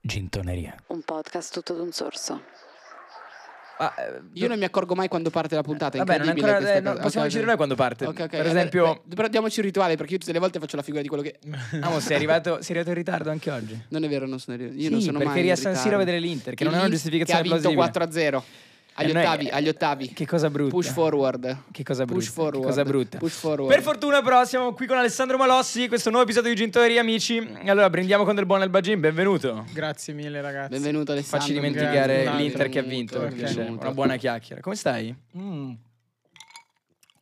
Gintoneria. Un podcast tutto d'un sorso. Ah, eh, Io non mi accorgo mai quando parte la puntata. è Vabbè, non è incredibile ancora. eh, questa no, cosa. possiamo Ok, decidere noi ok. quando parte. Ok, ok. per eh, esempio, Mm. beh, però diamoci il rituale perché io tutte le volte faccio la figura di quello che. Amo, sei arrivato, sei arrivato in ritardo anche oggi. Non è vero, non sono io. Io Sì, non sono perché mai. eri in a San Siro a ritardo. vedere l'Inter, che non è una L'Inter giustificazione Che ha vinto plausibile. 4 0. Agli E noi- ottavi, agli ottavi. Che cosa brutta. Push forward. Che cosa brutta. Push forward. Che cosa brutta. Push forward. Per fortuna però siamo qui con Alessandro Malossi, questo nuovo episodio di Gintoneria amici. Allora, brindiamo con del buon Albagin, benvenuto. Grazie mille ragazzi. Benvenuto Alessandro. Facci dimenticare grazie. l'Inter che ha Benvenuto, vinto, per benvenuto. piacere. benvenuto. Una buona chiacchiera. Come stai? Mm.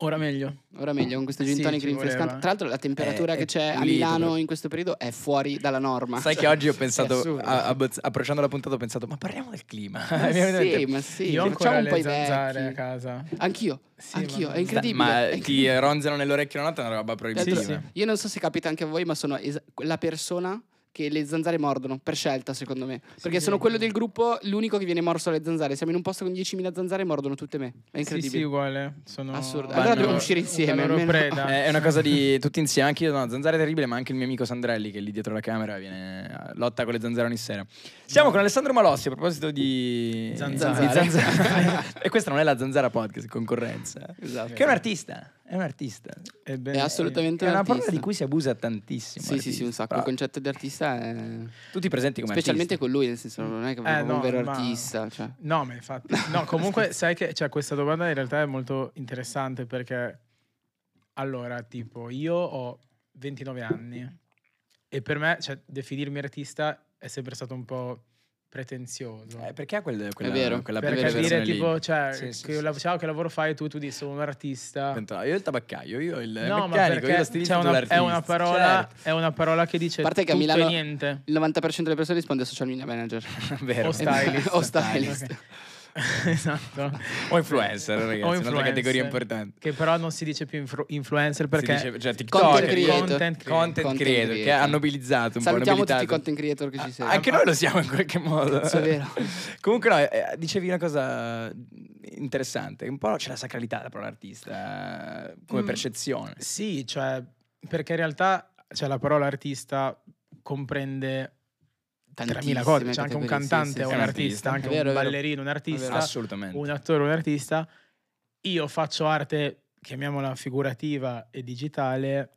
Ora meglio. Ora meglio con questo gin Sì, tonic ci rinfrescante. voleva. Tra l'altro la temperatura Eh, che c'è è a lì, Milano proprio. in questo periodo è fuori dalla norma. Sai che oggi ho pensato, assurdo. a- abbozz- approcciando la puntata, ho pensato, ma parliamo del clima. Ma Eh, Mi è venuto in sì, mente- ma sì, Io ho ancora facciamo un po' le i zanzare a vecchi. casa. Anch'io, Sì, anch'io, ma- è incredibile. Ma è incredibile. ti ronzano nell'orecchio la notte è una roba proibitiva. Sì, sì. Io non so se capita anche a voi, ma sono es- la persona che le zanzare mordono per scelta, secondo me. Perché sì, sono quello anche del gruppo, l'unico che viene morso alle zanzare. Siamo in un posto con 10.000 zanzare e mordono tutte me. È Sì, sì, incredibile. uguale. Sono Assurdo. hanno Allora dobbiamo uscire una insieme, loro almeno. preda. Eh, È una cosa di tutti insieme, anche io, no, zanzara è terribile, ma anche il mio amico Sandrelli che è lì dietro la camera viene lotta con le zanzare ogni sera. Siamo con Alessandro Malossi a proposito di Zanzare. di zanzare. e questa non è la Zanzara Podcast, concorrenza. Esatto. Che è un artista, è un artista. Ebbene, È assolutamente È una un parola artista. di cui si abusa tantissimo. Sì, sì, sì, artista. un sacco. Però Il concetto di artista è... tu ti presenti come Specialmente artista. con lui, nel senso, non è che è Eh, un no, vero ma- artista. Cioè. No, ma infatti. No, comunque sai che cioè, questa domanda in realtà è molto interessante perché allora, tipo, io ho 29 anni e per me, cioè, definirmi artista è sempre stato un po' pretenzioso. Eh, perché ha quel, quella, vero, quella perché prima dire perversione lì? tipo, cioè, Sì, sì, che, sì, lav- sì. ciao, che lavoro fai tu? Tu dici sono un artista. Tanto, Io il tabaccaio, io il No, ma meccanico, io lo perché stilista, c'è tu una, è, l'artista. una parola, Certo. è una parola che dice A parte che a tutto Milano- e niente. Il 90% delle persone risponde a social media manager. Certo, Vero. O stylist. o stylist. Ok. esatto. O influencer, ragazzi, un'altra influencer. categoria importante. Che però non si dice più influ- influencer perché... Si dice, cioè, TikTok, Content eh, creator. Content content Content creator, creator. che ha nobilizzato un po' Salutiamo nobilitato. tutti i content creator che ci Ah, seguono. Anche noi lo siamo in qualche modo. Cazzo, è vero. Comunque, no, eh, dicevi una cosa interessante. Un po' c'è la sacralità della parola artista eh, come Mm. percezione. Sì, cioè, perché in realtà cioè, la parola artista comprende 3000 cose. C'è anche categorie, un sì, cantante, sì, un sì. È un artista. artista, anche È vero, è un vero. ballerino, un artista, Assolutamente. un attore, un artista. Io faccio arte, chiamiamola figurativa e digitale,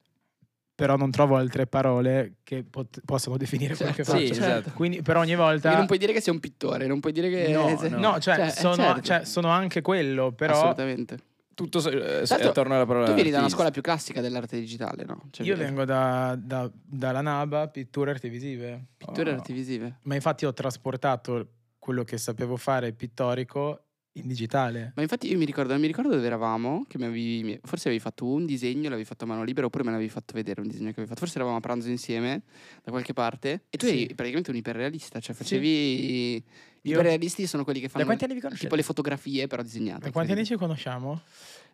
però non trovo altre parole che pot- possano definire quello che Certo. faccio. Sì, esatto. Quindi, però ogni Quindi volta... non puoi dire che sei un pittore, non puoi dire che... No, se- no. No, cioè, Cioè, eh, sono, certo. cioè, sono anche quello, però Assolutamente. Tutto so- eh, Tra l'altro, attorno alla parola Tu vieni da una artista. scuola più classica dell'arte digitale, no? Cioè, io vieni- vengo da- da- dalla NABA, pitture arti visive. Pitture Oh. arti visive. Ma infatti ho trasportato quello che sapevo fare pittorico in digitale. Ma infatti io mi ricordo, non mi ricordo dove eravamo, che mi avevi- mi- forse avevi fatto un disegno, l'avevi fatto a mano libera, oppure me l'avevi fatto vedere un disegno che avevi fatto. Forse eravamo a pranzo insieme, da qualche parte, e tu Sì. eri praticamente un iperrealista, cioè Sì. facevi... Gli Io- iperrealisti sono quelli che Da fanno quanti anni vi tipo conoscete? le fotografie però disegnate. Da quanti anni ci conosciamo?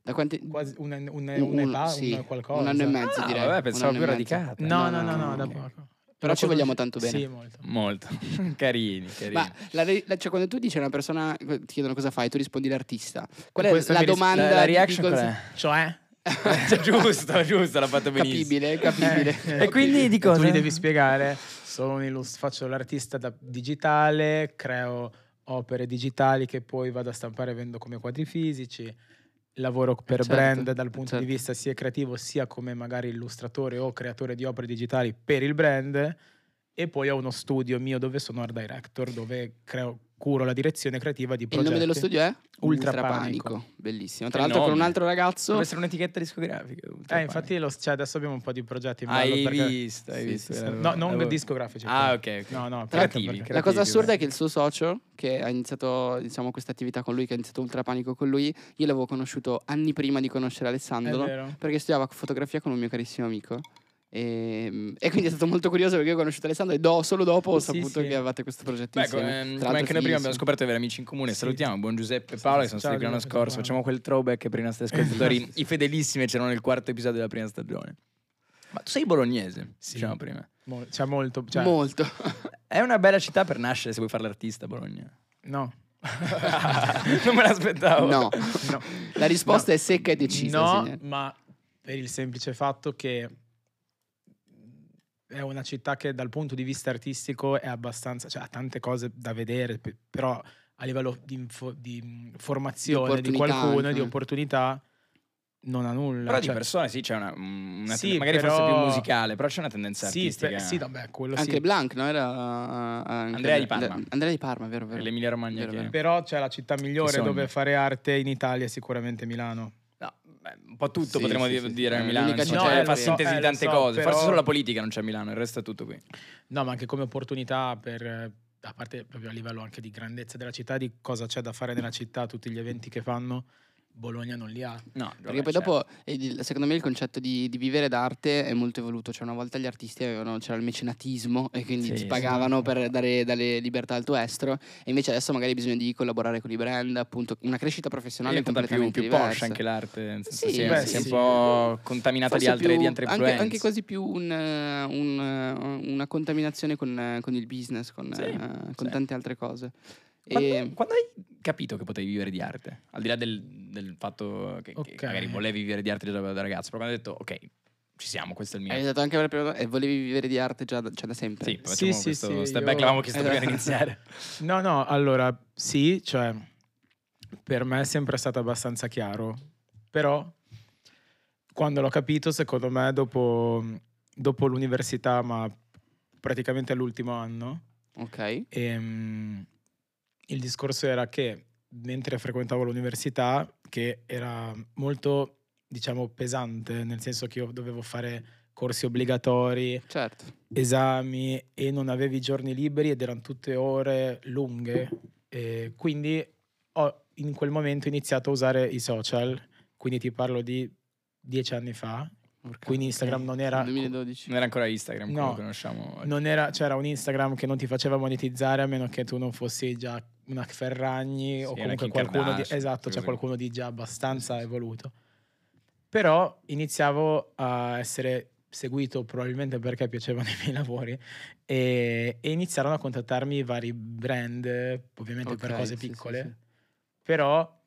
Da quanti... Quasi un, un- Un- Eh, un'età, sì, un qualcosa. un anno e mezzo Ah, direi. vabbè, un pensavo anno più e mezzo. radicata. Eh, No, No, no, no, no, no, da ok. poco. Però Lo ci vogliamo tanto conosci- bene. Sì, molto. Molto. carini, carini. Ma la re- la- cioè, quando tu dici a una persona, ti chiedono cosa fai, tu rispondi l'artista. Qual è Questo la mi ris- domanda? la, la di- reaction di qual cons- è? Cioè, Cioè, giusto, giusto, l'ha fatto benissimo. Capibile, capibile. Eh, E quindi di cosa? tu gli devi spiegare, sono un illus- faccio l'artista da- digitale, creo opere digitali che poi vado a stampare e vendo come quadri fisici, lavoro per certo, brand dal punto certo. di vista sia creativo sia come magari illustratore o creatore di opere digitali per il brand e poi ho uno studio mio dove sono art director, dove creo- curo la direzione creativa di E il progetti. nome dello studio è? Ultrapanico. Bellissimo. Che Tra l'altro con un nome. altro ragazzo... Deve essere un'etichetta discografica. Eh, infatti lo- cioè, adesso abbiamo un po' di progetti in ballo Hai perché- visto, hai Sì, visto. sì, sì. eh, No, non l'avevo- discografici. Ah, però. ok, ok. No, no, Creativi, perché- creativi. La cosa assurda beh. è che il suo socio, che ha iniziato diciamo, questa attività con lui, che ha iniziato Ultrapanico con lui, io l'avevo conosciuto anni prima di conoscere È Alessandro, vero. perché studiava fotografia con un mio carissimo amico. ehm, E, e quindi è stato molto curioso perché io ho conosciuto Alessandro e do- solo dopo ho Sì, saputo sì. che avevate questo progetto Beh, insieme. come, Tra come l'altro anche noi prima abbiamo fighissimo. scoperto di avere amici in comune, Sì. salutiamo buon Giuseppe e Paolo che sono Ciao, stati qui l'anno Giuseppe, scorso, Paolo. facciamo quel throwback per i nostri ascoltatori, i fedelissimi c'erano nel quarto episodio della prima stagione. Ma tu sei bolognese, Sì. diciamo prima. Mol- cioè, molto. Cioè, Molto. È una bella città per nascere se vuoi fare l'artista a Bologna. no. non me l'aspettavo. No. No. La risposta è secca e decisa. No, signori. ma per il semplice fatto che è una città che dal punto di vista artistico è abbastanza, cioè ha tante cose da vedere, pe- però a livello di, info- di, mh, formazione di, opportunità qualcuno, e di anche. opportunità, non ha nulla. Però di cioè, persone sì c'è una, una Sì, tenden- magari però- forse più musicale, però c'è una tendenza sì, artistica. beh, sì, vabbè, quello anche sì. Blanc, no? Era ah, anche Andrea di Bla- Parma. Bla- Andrea di Parma, vero, vero. L'Emilia Romagna. Vero, Che... vero. Però c'è la città Che migliore sogno. dove fare arte in Italia è sicuramente Milano. No, beh, un po' tutto Sì, potremmo sì, di- sì. dire a Eh, Milano. l'unica insomma, città- cioè, No, eh, fa lo so, sintesi eh, di lo tante so, cose. però- Forse solo la politica non c'è a Milano, il resto è tutto qui. No, ma anche come opportunità per, eh, a parte proprio a livello anche di grandezza della città, di cosa c'è da fare nella città, tutti gli eventi che fanno, Bologna non li ha. No, Perché poi dopo, certo. eh, il- secondo me, il concetto di, di vivere d'arte è molto evoluto. Cioè, una volta gli artisti avevano, c'era il mecenatismo e quindi Sì, ti sì. pagavano per dare, dare libertà al tuo estero. E invece adesso magari bisogna di collaborare con i brand, appunto, una crescita è professionale diventata più, completamente più Porsche diversa. anche l'arte. nel senso, Sì, sì, beh, si è sì. un po' contaminata di Forse altre, più- di altre anche, influenze. anche quasi più un, eh, un, eh, una contaminazione con, eh, con il business, con, Sì, eh, con sì. tante altre cose. Quando, E- quando hai capito che potevi vivere di arte? Al di là del, del fatto che, che Ok. magari volevi vivere di arte da, da ragazzo, però quando hai detto, ok, ci siamo, questo è il mio. Hai dato anche la prima e eh, volevi vivere di arte già da, cioè da sempre. Sì, Sì, facciamo sì, questo sì, step io- back, l'avevamo chiesto prima di Esatto. iniziare. No, no, allora sì, cioè per me è sempre stato abbastanza chiaro, però quando l'ho capito, secondo me dopo, dopo l'università, ma praticamente all'ultimo anno, Ok. ehm, il discorso era che mentre frequentavo l'università, che era molto, diciamo, pesante, nel senso che io dovevo fare corsi obbligatori, Certo. esami e non avevi giorni liberi ed erano tutte ore lunghe. E quindi ho in quel momento iniziato a usare i social, quindi ti parlo di dieci anni fa. Quindi Instagram non era- 2012. Non era ancora Instagram, No. quello che conosciamo. oggi. Non era- c'era un Instagram che non ti faceva monetizzare a meno che tu non fossi già una Ferragni Sì, o una comunque Kim qualcuno di, Kardashian, esatto, cose cioè così. qualcuno di già abbastanza Sì, sì, sì. evoluto. Però iniziavo a essere seguito probabilmente perché piacevano i miei lavori e, e iniziarono a contattarmi vari brand, ovviamente per Ok, cose sì, sì, piccole, sì. però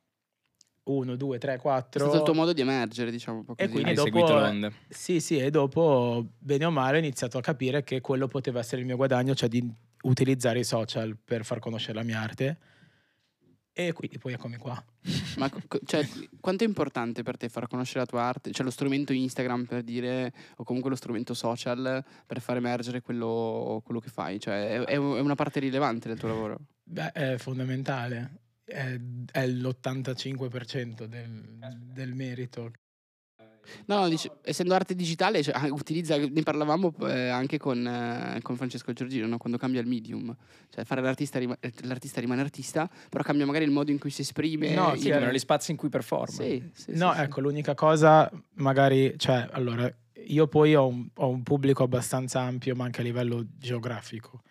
uno, due, tre, È stato il tuo quattro. modo di emergere, diciamo. Un po E così. quindi hai dopo- seguito l'onda. Sì, sì, e dopo, bene o male, ho iniziato a capire che quello poteva essere il mio guadagno, cioè di utilizzare i social per far conoscere la mia arte. E quindi poi eccomi qua. Ma co- co- cioè, quanto è importante per te far conoscere la tua arte? Cioè, lo strumento Instagram per dire, o comunque lo strumento social per far emergere quello, quello che fai? Cioè, è, è u- è una parte rilevante del tuo lavoro. Beh, è fondamentale. È, è l'85% del, del merito. No, no, dice- essendo arte digitale, cioè, ah, utilizza, ne parlavamo eh, anche con, eh, con Francesco Giorgino, no? quando cambia il medium. Cioè, fare l'artista, rima- eh, l'artista rimane artista, però cambia magari il modo in cui si esprime. Eh, No, il- Sì, chiaro. erano gli spazi in cui performa. Eh, Sì, sì, no, sì, sì. ecco, l'unica cosa, magari, cioè, allora, io poi ho un, ho un pubblico abbastanza ampio, ma anche a livello geografico.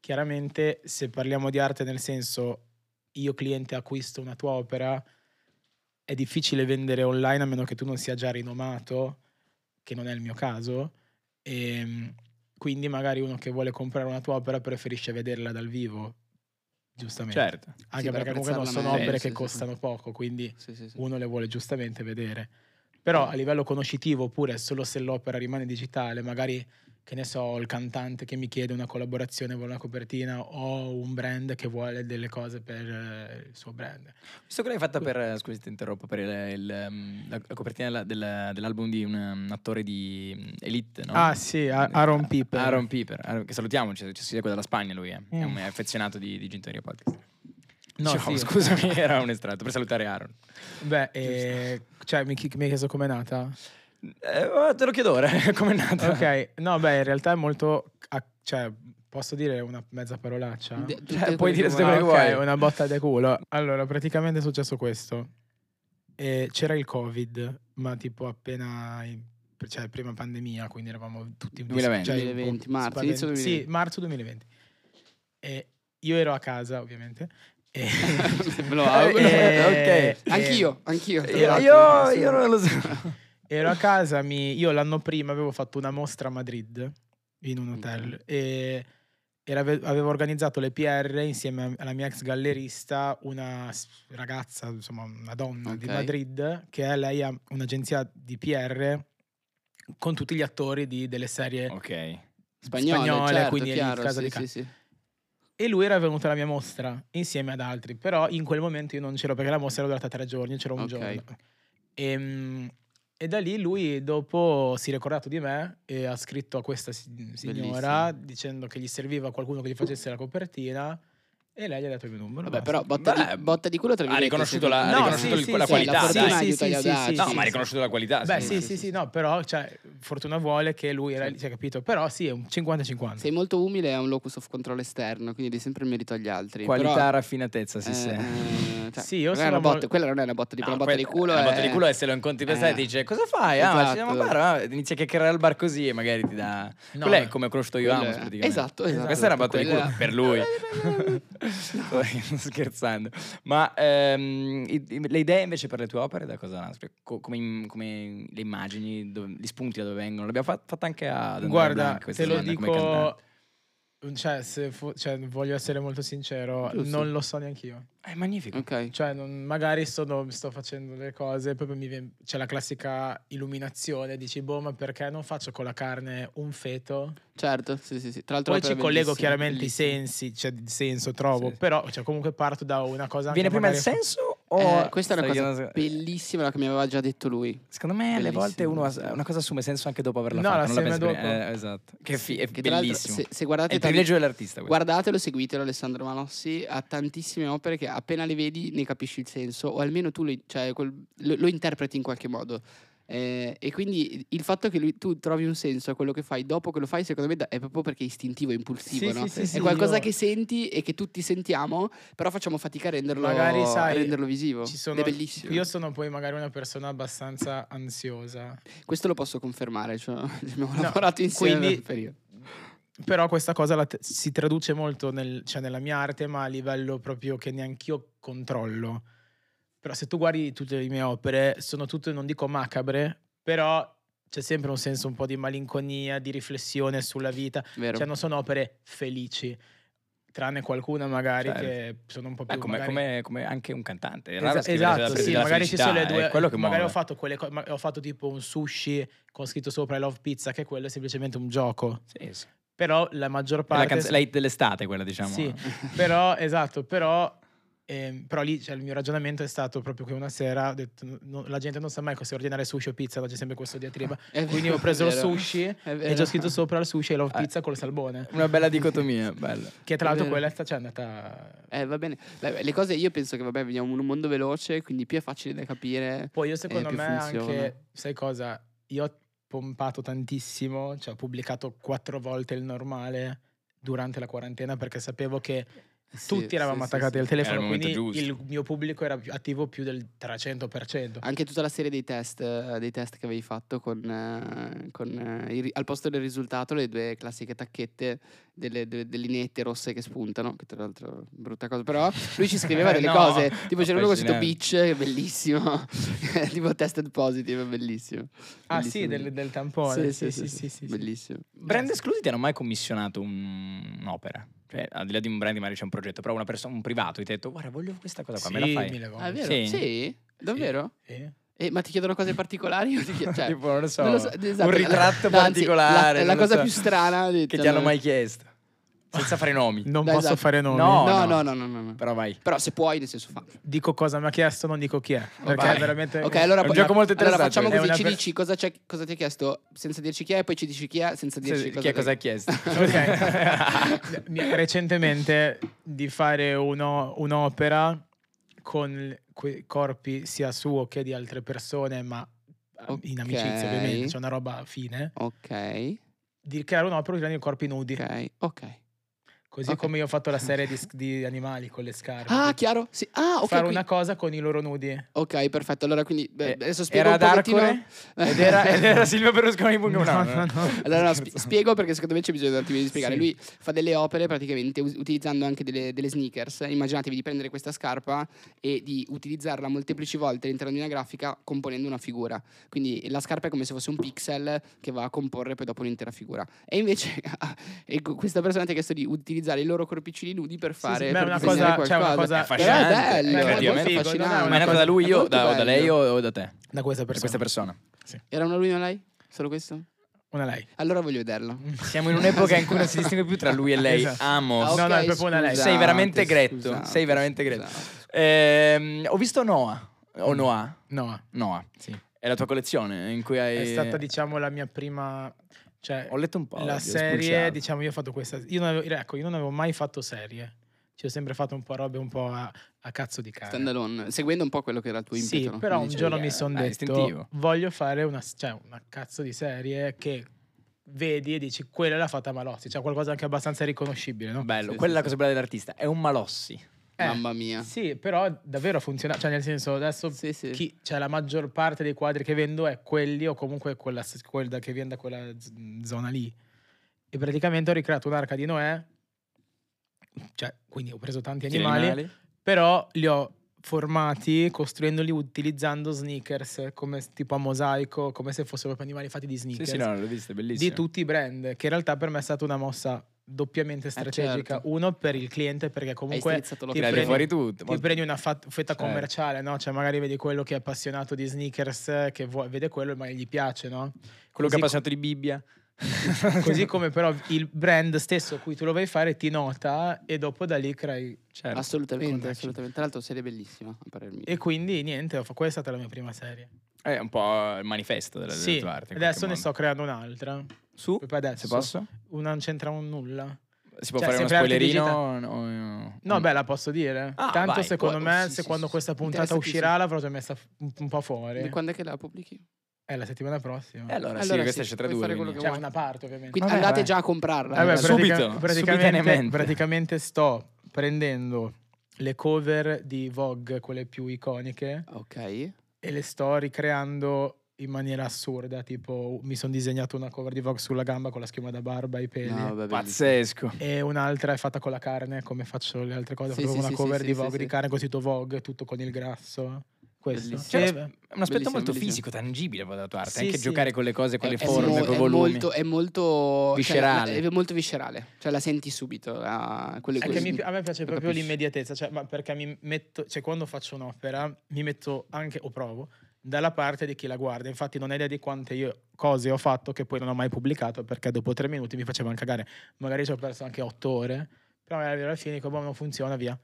Chiaramente, se parliamo di arte nel senso io cliente acquisto una tua opera, è difficile vendere online a meno che tu non sia già rinomato, che non è il mio caso, e quindi magari uno che vuole comprare una tua opera preferisce vederla dal vivo, giustamente. Certo. Anche Sì, per perché comunque non apprezzarla sono meglio. opere Sì, che sì, sì. costano poco, quindi Sì, sì, sì. uno le vuole giustamente vedere. Però a livello conoscitivo, oppure solo se l'opera rimane digitale, magari che ne so, il cantante che mi chiede una collaborazione, vuole una copertina, o un brand che vuole delle cose per eh, il suo brand. Visto che l'hai fatta per, eh, scusi ti interrompo, per il- il, ehm, la, la copertina della- della- dell'album di un, ehm, attore di mm, Elite, no? Eh, Ah sì, a- Aaron Piper. Aaron Piper, Aaron- che salutiamo, ci, ci segue dalla Spagna lui, eh. è Mm. un affezionato di, di Gintoria Podcast. No, Diciamo, sì. scusami, era un estratto per salutare Aaron. Beh, eh, cioè, mi, chi- mi hai chiesto com'è nata? Eh, te lo chiedo ora, com'è nata? ok, no, beh, in realtà è molto... a- cioè, posso dire una mezza parolaccia? De- tutte puoi quelle dire che tutte vuoi. Ah, quello che ok, vuoi. una botta di culo. Allora, praticamente è successo questo. E c'era il Covid, ma tipo appena in- cioè prima pandemia, quindi eravamo tutti in 2020. cioè, un po' 2020, marzo, inizio spavent- 2020. Sì, marzo 2020. E io ero a casa, ovviamente. E Lo auguro. Eh, Ok. eh, Anch'io, anch'io. tra Io, l'altro. io- io non lo so. Ero a casa, mi- io l'anno prima avevo fatto una mostra a Madrid in un hotel e era- avevo organizzato le PR insieme a- alla mia ex gallerista, una s- ragazza, insomma una donna di Ok. Madrid, che è- lei ha un'agenzia di PR con tutti gli attori di- delle serie ok. Spagnole, Spagnole, certo, quindi è lì, chiaro, casa sì, di sì, sì. E lui era venuto alla mia mostra insieme ad altri, però in quel momento io non c'ero perché la mostra era durata tre giorni, io c'ero un Ok. giorno. Ehm, E, da lì lui dopo si è ricordato di me e ha scritto a questa si- signora Bellissimo. dicendo che gli serviva qualcuno che gli facesse la copertina e lei gli ha dato il mio numero. Vabbè, basta. però botta, Beh, di, botta di culo tra ha virgolette, riconosciuto secondo la- me. ha riconosciuto il- la sì, qualità, la dai. fortuna Sì, aiuta sì, gli sì, audaci. sì, No, sì, ma ha riconosciuto la qualità. Beh, sì. sì, sì, sì, no, però cioè, fortuna vuole che lui era Sì. lì, cioè, capito? Però sì, è un 50-50. Sei molto umile, è un locus of control esterno, quindi dai sempre il merito agli altri. Qualità, però, raffinatezza, sì, eh, sì. eh, cioè, Sì, quella, io è sono una botta- mol- quella non è una botta di, No, una botta que- di culo. La è- botta di culo è se lo incontri per strada e eh. ti dice cosa fai? Ah, ma ci siamo a Esatto. parlare, ah", inizia a chiacchierare al bar così e magari ti dà... No, Quella è eh. come ho conosciuto io Quella- Amos praticamente. Esatto, esatto. Questa è una botta di Quella- culo per lui. Sto scherzando. Ma ehm, i- i- le idee invece per le tue opere da cosa nascono? Cioè, Co- come, im- come le immagini, dove- gli spunti da dove vengono? L'abbiamo fa- fatta anche a Andrea Guarda, Blanc questa te lo domanda, come cantante. dico. Cioè, se fu- cioè, voglio essere molto sincero, Giusto. non lo so neanche io. È magnifico. Ok. Cioè, non- magari sono- sto facendo le cose, poi mi viene- c'è la classica illuminazione, dici, boh, ma perché non faccio con la carne un feto? Certo, sì, sì, sì. Tra l'altro Poi l'opera ci è collego bellissima, chiaramente bellissima. i sensi, cioè il senso trovo, Sì. però cioè, comunque parto da una cosa... Viene anche prima il magari- senso o... Eh, questa è una stai cosa chiedendo- bellissima la che mi aveva già detto lui. Secondo me alle Bellissimo. volte uno ha- una cosa assume senso anche dopo averla No, fatta. la non seme pensi prima. dopo. Eh, esatto. Che fi- è Che tra l'altro, bellissimo. se, se È guardate il tanti- privilegio dell'artista questo. Guardatelo, seguitelo Alessandro Malossi, ha tantissime opere che appena le vedi ne capisci il senso o almeno tu le- cioè, quel- lo, lo interpreti in qualche modo. Eh, e quindi il fatto che lui- tu trovi un senso a quello che fai dopo che lo fai, secondo me da- è proprio perché è istintivo, è impulsivo. Sì, no? sì, sì, è sì, qualcosa io- che senti e che tutti sentiamo, però facciamo fatica a renderlo, Magari, sai, a renderlo visivo. Ci sono- Ed è bellissimo. Io sono poi magari una persona abbastanza ansiosa. Questo lo posso confermare. Cioè, abbiamo No, lavorato insieme quindi- per un periodo. Però questa cosa la t- si traduce molto nel- cioè nella mia arte, ma a livello proprio che neanch'io controllo. Però se tu guardi tutte le mie opere, sono tutte, non dico macabre, però c'è sempre un senso un po' di malinconia, di riflessione sulla vita. Vero. Cioè non sono opere felici, tranne qualcuna magari Certo. che sono un po' Beh, più... come, magari- come- come anche un cantante. È raro Esa- scrivere della esatto, presa sì, della magari ci sono le felicità, è due. quello che magari ho muove. fatto, quelle co- ma- ho fatto tipo un sushi con scritto sopra I love pizza, che quello è semplicemente un gioco. Sì, sì. È Però la maggior La, parte... canz- la hit dell'estate, quella diciamo. Sì, però esatto, però, ehm, però lì cioè, il mio ragionamento è stato proprio che una sera ho detto, "No, la gente non sa mai cosa ordinare sushi o pizza, c'è sempre questo diatriba. È Quindi vero, ho preso è il vero. sushi È e ci Ah, vero. Ah, ho scritto sopra il sushi e love Eh. pizza col salbone. Una bella dicotomia, bella. Che tra l'altro È vero. quella è sta- cioè, è andata... Eh, va bene. Beh, le cose io penso che, vabbè, veniamo in un mondo veloce, quindi più è facile da capire. Poi io secondo più me Eh, funziona. anche, sai cosa, io ho pompato tantissimo, cioè ho pubblicato quattro volte il normale durante la quarantena perché sapevo che tutti Sì, eravamo sì, sì, attaccati sì. al telefono, Era il quindi momento giusto. il mio pubblico era più- attivo più del 300%. Anche tutta la serie dei test, eh, dei test che avevi fatto con, eh, con, eh, i ri- al posto del risultato le due classiche tacchette delle, delle- delle lineette rosse che spuntano, che tra l'altro brutta cosa, però lui ci scriveva Eh, delle no, cose, tipo c'era uno con scritto affascinante. bitch, che è bellissimo, tipo tested positive, è bellissimo. Ah Bellissimo, sì, del, bellissimo. del tampone. Sì, sì, sì, sì, sì. bellissimo. Brand esclusi ti hanno mai commissionato un- un'opera? Cioè, al di là di un brand magari c'è un progetto, però una persona, un privato, ti ha detto guarda voglio questa cosa qua, me la fai? mille volte. Ah, è vero? Sì. Sì? Davvero? Sì. Eh, ma ti chiedono cose particolari? o ti chiedono- cioè, Tipo, non lo so, non lo so, esatto, un la- ritratto no, anzi, la- particolare. la non lo cosa so, più strana di- che ti cioè, hanno no. mai chiesto. Senza fare nomi. Non Dai, posso esatto. fare nomi. No. no, no, no, no, no, no. Però vai. Però se puoi, nel senso fa. Dico cosa mi ha chiesto, non dico chi è. Perché vai. è veramente... Ok, allora, È un po- gioco molto allora interessante, facciamo è così: una ci per- dici cosa, c'è- cosa ti ha chiesto senza dirci chi è, poi ci dici chi è senza dirci Sì, cosa, Chi è cosa ha chiesto? Ok. Mi- Recentemente di fare uno- un'opera con il- que- corpi sia suo che di altre persone, ma ah, in Ok. amicizia ovviamente, c'è una roba fine, Ok, di creare un'opera usando i corpi nudi, ok, ok. così Ok. come io ho fatto la serie di, s- di animali con le scarpe. Ah, chiaro. Sì. Ah, ok. Fare qui- una cosa con i loro nudi. Ok, perfetto. Allora, quindi beh, adesso spiego Eh, era un ad pochettino. Arcore Eh. ed era, ed era Silvio Berlusconi. No, no, no. Allora, no, spi- spiego perché secondo me c'è bisogno un attimino di spiegare. Sì. Lui fa delle opere praticamente us- utilizzando anche delle, delle sneakers. Immaginatevi di prendere questa scarpa e di utilizzarla molteplici volte all'interno di una grafica componendo una figura. Quindi la scarpa è come se fosse un pixel che va a comporre poi dopo un'intera figura. E invece e cu- questa persona ti ha chiesto di utilizzare i loro corpicini nudi per Sì, sì, fare beh, è per una disegnare cosa- cioè, qualcosa. una cosa- È Però è affascinante, è bello, è molto effettivamente. figo, no, no, affascinante. Ma è una cosa da lui È io, molto da, o da bello. lei o, o da te? Da questa Da persona. questa persona. Era una lui non lei? Solo questo? Una lei. Allora voglio vederla. Ah, Siamo in un'epoca in cui non si distingue più tra lui e lei. Esatto. Amo. Ah, ok. No, no, è proprio una lei. Sei veramente scusate, gretto, scusate, sei veramente gretto. scusate. Ehm, ho visto Noah. O Noah. No, Noah. sì. È la tua collezione in cui hai... È stata, diciamo, la mia prima. Cioè, Eh, Ho letto un po'. la oggi, ho serie, spulciato. diciamo, io ho fatto questa. Io non avevo, ecco, io non avevo mai fatto serie. Ci ho sempre fatto un po' robe un po' a, a cazzo di cane. Stand alone, seguendo un po' quello che era il tuo impeto. Sì, no? Come però un dicevi. giorno eh, mi sono eh, istintivo. detto voglio fare una, cioè, una cazzo di serie che vedi e dici quella l'ha fatta Malossi, cioè qualcosa anche abbastanza riconoscibile, no? Bello, Sì, quella è la sì, cosa bella dell'artista. È un malossi. Eh, Mamma mia. Sì, però davvero funziona, cioè nel senso adesso Sì, sì. chi, cioè, la maggior parte dei quadri che vendo è quelli o comunque quella, quella che viene da quella z- zona lì. E praticamente ho ricreato un'arca di Noè, cioè, quindi ho preso tanti Gli animali però li ho formati costruendoli utilizzando sneakers come s- tipo a mosaico, come se fossero proprio animali fatti di Sì, sneakers sì, no, l'ho vista, è bellissimo. di tutti i brand, che in realtà per me è stata una mossa Eh, doppiamente strategica, certo. uno per il cliente perché Hai comunque strizzato ti Tira prendi- fuori tutto. ti prendi una fat- fetta Certo. commerciale, no? Cioè magari vedi quello che è appassionato di sneakers, eh, che vuo- vede quello e magari gli piace, no? Quello che Così- è appassionato di Bibbia. Così come però il brand stesso a cui tu lo vai a fare ti nota e dopo da lì crei Certo. Assolutamente, Contatti. assolutamente. Tra l'altro, serie bellissima, a parer mio. E quindi niente, ho fa- questa è stata la mia prima serie. Eh, È un po' il manifesto della, della sì, tua arte. in adesso ne qualche sto creando un'altra. modo. Su, Poi adesso. se posso? Una non c'entra un nulla. Si può Cioè, fare uno sempre arte spoilerino? No, no, No, beh, la posso dire. Ah, Tanto vai, secondo puoi- me, sì, se sì, quando sì, questa sì. puntata Interessati, uscirà, sì. l'avrò già messa f- un, un po' fuori. E quando è che la pubblichi? È la settimana prossima. E Eh, allora, sì, Allora questa sì, esce tra puoi due. fare quello quindi. che Cioè, Eh, vuoi. una parte, ovviamente. Quindi Vabbè, andate vai. già a comprarla. Vabbè, ragazzi. subito, pratica- praticamente, subitaneamente. praticamente sto prendendo le cover di Vogue, quelle più iconiche, Ok. e le sto ricreando in maniera assurda. Tipo, mi sono disegnato una cover di Vogue sulla gamba con la schiuma da barba, i peli. No, vabbè, Pazzesco. e un'altra è fatta con la carne, come faccio le altre cose. Sì, Facevo sì, una sì, cover sì, di sì, Vogue sì. di carne con sito Vogue, tutto con il grasso. Questo. Bellissimo. E- Cioè, un aspetto Bellissimo, molto bellissimo. fisico, tangibile della tua arte. Sì, Anche sì. giocare con le cose, con le Eh, È- è forme, mo- con i è volumi. Molto, è molto Viscerale. cioè, è molto viscerale. Cioè, la senti subito. La, quello- è che mi- quello- a me piace lo proprio capisci. l'immediatezza, cioè, ma perché mi metto, cioè, quando faccio un'opera mi metto anche, o provo, dalla parte di chi la guarda. Infatti non hai idea di quante io cose ho fatto che poi non ho mai pubblicato perché dopo tre minuti mi facevano cagare. Magari ci ho perso anche otto ore, però magari alla fine dico, boh, non funziona, via.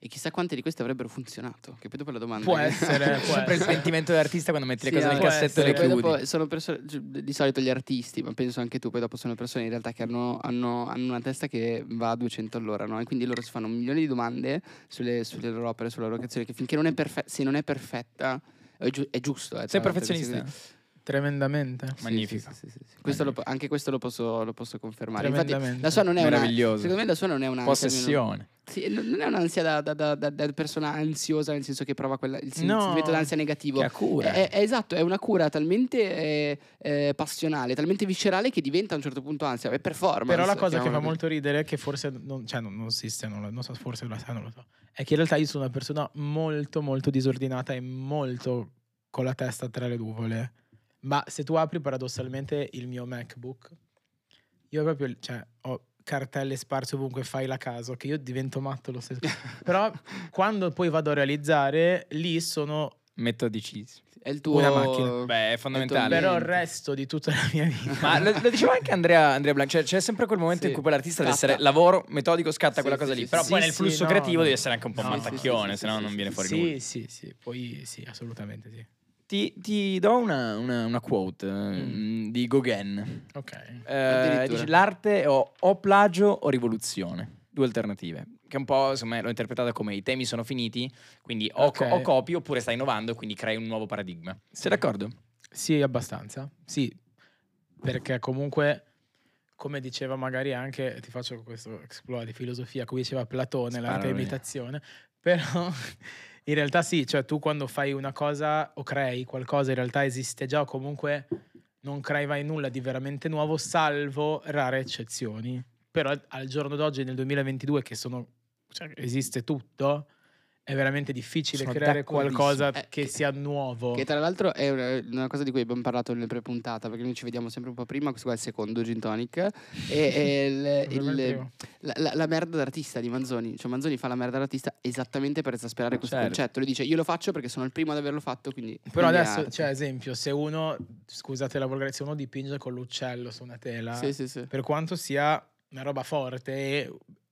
E chissà quante di queste avrebbero funzionato. Che poi dopo è la domanda. Può che- essere, può Sempre il essere. pentimento dell'artista quando metti le Sì, cose nel può cassetto e essere. le Poi chiudi. dopo sono persone, gi- di solito gli artisti, ma penso anche tu, poi dopo sono persone in realtà che hanno, hanno- hanno una testa che va a 200 all'ora, no? E quindi loro si fanno un milione di domande sulle, sulle loro opere, sulla loro canzone, che finché non è perfetta, se non è perfetta, è, giu- è giusto. eh, Sei tra l'altro, perché perfezionista? se- Tremendamente. sì, Magnifico. sì, sì, sì, sì. Questo lo po- anche questo lo posso, lo posso confermare. Infatti, Tremendamente. la sua non è una... Meraviglioso. Secondo me la sua non è una... Possessione. Sì, non non è un'ansia da, da- da- da- da persona ansiosa, nel senso che prova quella, il No. sentimento d'ansia negativo. Che ha cura. È, è esatto, è una cura talmente eh, eh, passionale, talmente viscerale che diventa a un certo punto ansia, è performance. Però la cosa che fa chiamiamola molto ridere, che forse non, cioè non, non esiste, non, lo- non so, forse la sai, non lo so, è che in realtà io sono una persona molto, molto disordinata e molto con la testa tra le nuvole. Ma se tu apri paradossalmente il mio MacBook, io proprio cioè, ho cartelle sparse ovunque, file a caso, che io divento matto lo stesso. Però quando poi vado a realizzare, lì sono Metodicissimo. così. È il tuo... una macchina. Beh, è fondamentale. però il resto di tutta la mia vita. Ma lo, lo diceva anche Andrea, Andrea Blanc, cioè c'è sempre quel momento Sì. in cui quell'artista deve Scatta. essere lavoro, metodico, scatta Sì, quella sì, cosa sì, lì. sì, Però sì, poi sì, nel flusso no, creativo no. devi essere anche un po' No, sì, mattacchione, sì, se no sì, non sì, viene fuori nulla. sì, sì, sì, poi sì, assolutamente sì. Ti, ti do una, una- una quote eh, Mm. mh, di Gauguin. Ok. Eh, Addirittura. dice, l'arte è o, o plagio o rivoluzione. Due alternative. Che un po', secondo me, l'ho interpretata come i temi sono finiti, quindi o, co- Ok. o copi oppure stai innovando e quindi crei un nuovo paradigma. Sei d'accordo? Sì, abbastanza. Sì, perché comunque, come diceva magari anche, ti faccio questo exploit di filosofia, come diceva Platone, Sparami. l'arte è imitazione, però in realtà sì, cioè tu quando fai una cosa o crei qualcosa, in realtà esiste già o comunque non crei mai nulla di veramente nuovo, salvo rare eccezioni. Però al giorno d'oggi, nel 2022, che sono, cioè, esiste tutto, è veramente difficile Sono creare d'accordissimo. qualcosa Eh, che che- sia nuovo. Che tra l'altro è una, una cosa di cui abbiamo parlato nelle pre-puntate, perché noi ci vediamo sempre un po' prima, questo qua è il secondo gin tonic, e, e il- Proprio il il- primo. la, la- la merda d'artista di Manzoni, cioè Manzoni fa la merda d'artista esattamente per esasperare questo Certo. concetto, lui dice io lo faccio perché sono il primo ad averlo fatto, quindi... Però quindi è adesso, arte". cioè, esempio, se uno, scusate la volgarità, se uno dipinge con l'uccello su una tela, Sì, sì, sì. per quanto sia una roba forte,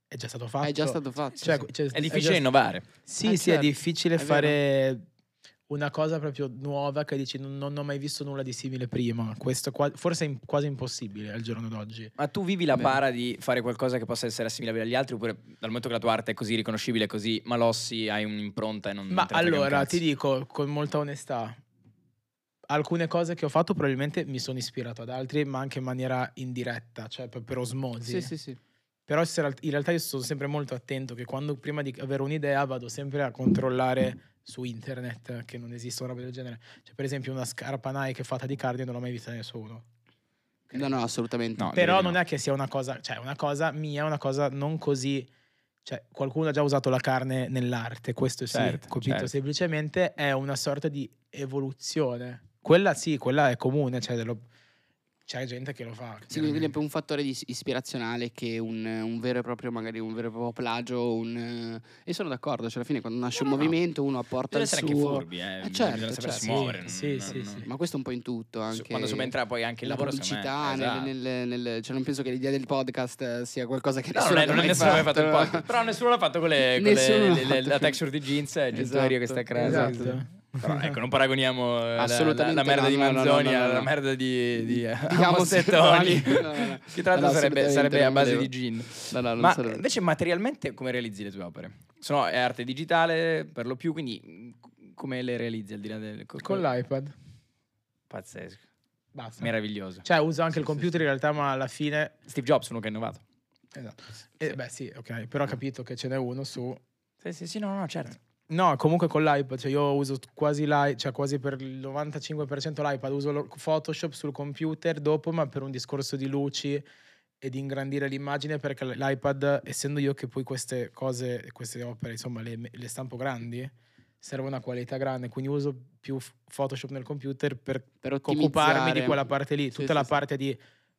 è già stato fatto. È già stato fatto. Cioè, sì. cioè, È difficile già- innovare. Sì, Eh, sì, certo, è difficile è vero. fare una cosa proprio nuova che dici non, non ho mai visto nulla di simile prima. Questo qua- forse è im- quasi impossibile al giorno d'oggi. Ma tu vivi la Beh. para di fare qualcosa che possa essere assimilabile agli altri oppure dal momento che la tua arte è così riconoscibile, così malossi, hai un'impronta e non Ma non Mm, te ne frega un allora, cazzo. ti dico con molta onestà, alcune cose che ho fatto probabilmente mi sono ispirato ad altri, ma anche in maniera indiretta, cioè per, per osmosi. Sì, sì, sì. Però se real- in realtà io sono sempre molto attento che quando prima di avere un'idea vado sempre a controllare su internet che non esistono robe del genere. Cioè per esempio una scarpa Nike fatta di cardio non l'ho mai vista da nessuno. No, no, assolutamente. No, direi Però di non no. è che sia una cosa, cioè è una cosa mia, una cosa non così. Cioè, qualcuno ha già usato la carne nell'arte, questo sì, Certo, capito? certo. Semplicemente è una sorta di evoluzione. Quella sì, quella è comune, cioè lo- c'è gente che lo fa. Sì, quindi è chiaramente. più un fattore dis- ispirazionale che un, un vero e proprio, magari un vero e proprio plagio. un, eh, E sono d'accordo, cioè alla fine quando nasce No, no, un no. movimento uno apporta Bisogna il essere anche suo. furbi, eh. certo, bisogna sapersi certo. muovere. Ah, Sì, non- sì, non- sì. Ma questo è un po' in tutto Su- anche. Quando subentra poi anche il nella lavoro secondo pubblicità, me, nel- esatto. nel- nel- cioè non penso che l'idea del podcast eh, sia qualcosa che No, nessuno non è, abbia non è mai nessuno che ha fatto il fatto. podcast. Però nessuno l'ha fatto con, le, con le- Nessuno l'ha le- fatto, la sì. texture di jeans eh, e Esatto, Gintoria che sta creando. Esatto. Però ecco, non paragoniamo eh, la- la, Assolutamente la merda no, di no, no, no, Manzoni no, no, alla no. merda di, di, eh, Di Amos e Mossettoni. Toni. Diciamo No, no, no. Che tra l'altro No, no, sarebbe, assolutamente sarebbe a non base di volevo. gin. No, no, non Ma sarebbe- invece materialmente come realizzi le tue opere? Sono è arte digitale per lo più, quindi mh, come le realizzi al di là del... co- Con l'iPad. Pazzesco, Basta. meraviglioso. Cioè uso anche il computer in realtà, ma alla fine Steve Jobs, uno che ha innovato. Esatto. Eh, beh, sì, ok, però ho capito che ce n'è uno su. Sì, sì, sì, no, no, certo. No, comunque con l'iPad, cioè io uso quasi l'i- cioè quasi per il 95% l'iPad, uso lo- Photoshop sul computer dopo, ma per un discorso di luci e di ingrandire l'immagine, perché l- l'iPad, essendo io che poi queste cose, queste opere, insomma, le, le stampo grandi, serve una qualità grande, quindi uso più f- Photoshop nel computer per Per occuparmi di ottimizzare. quella parte lì, Sì, tutta sì, la sì. parte di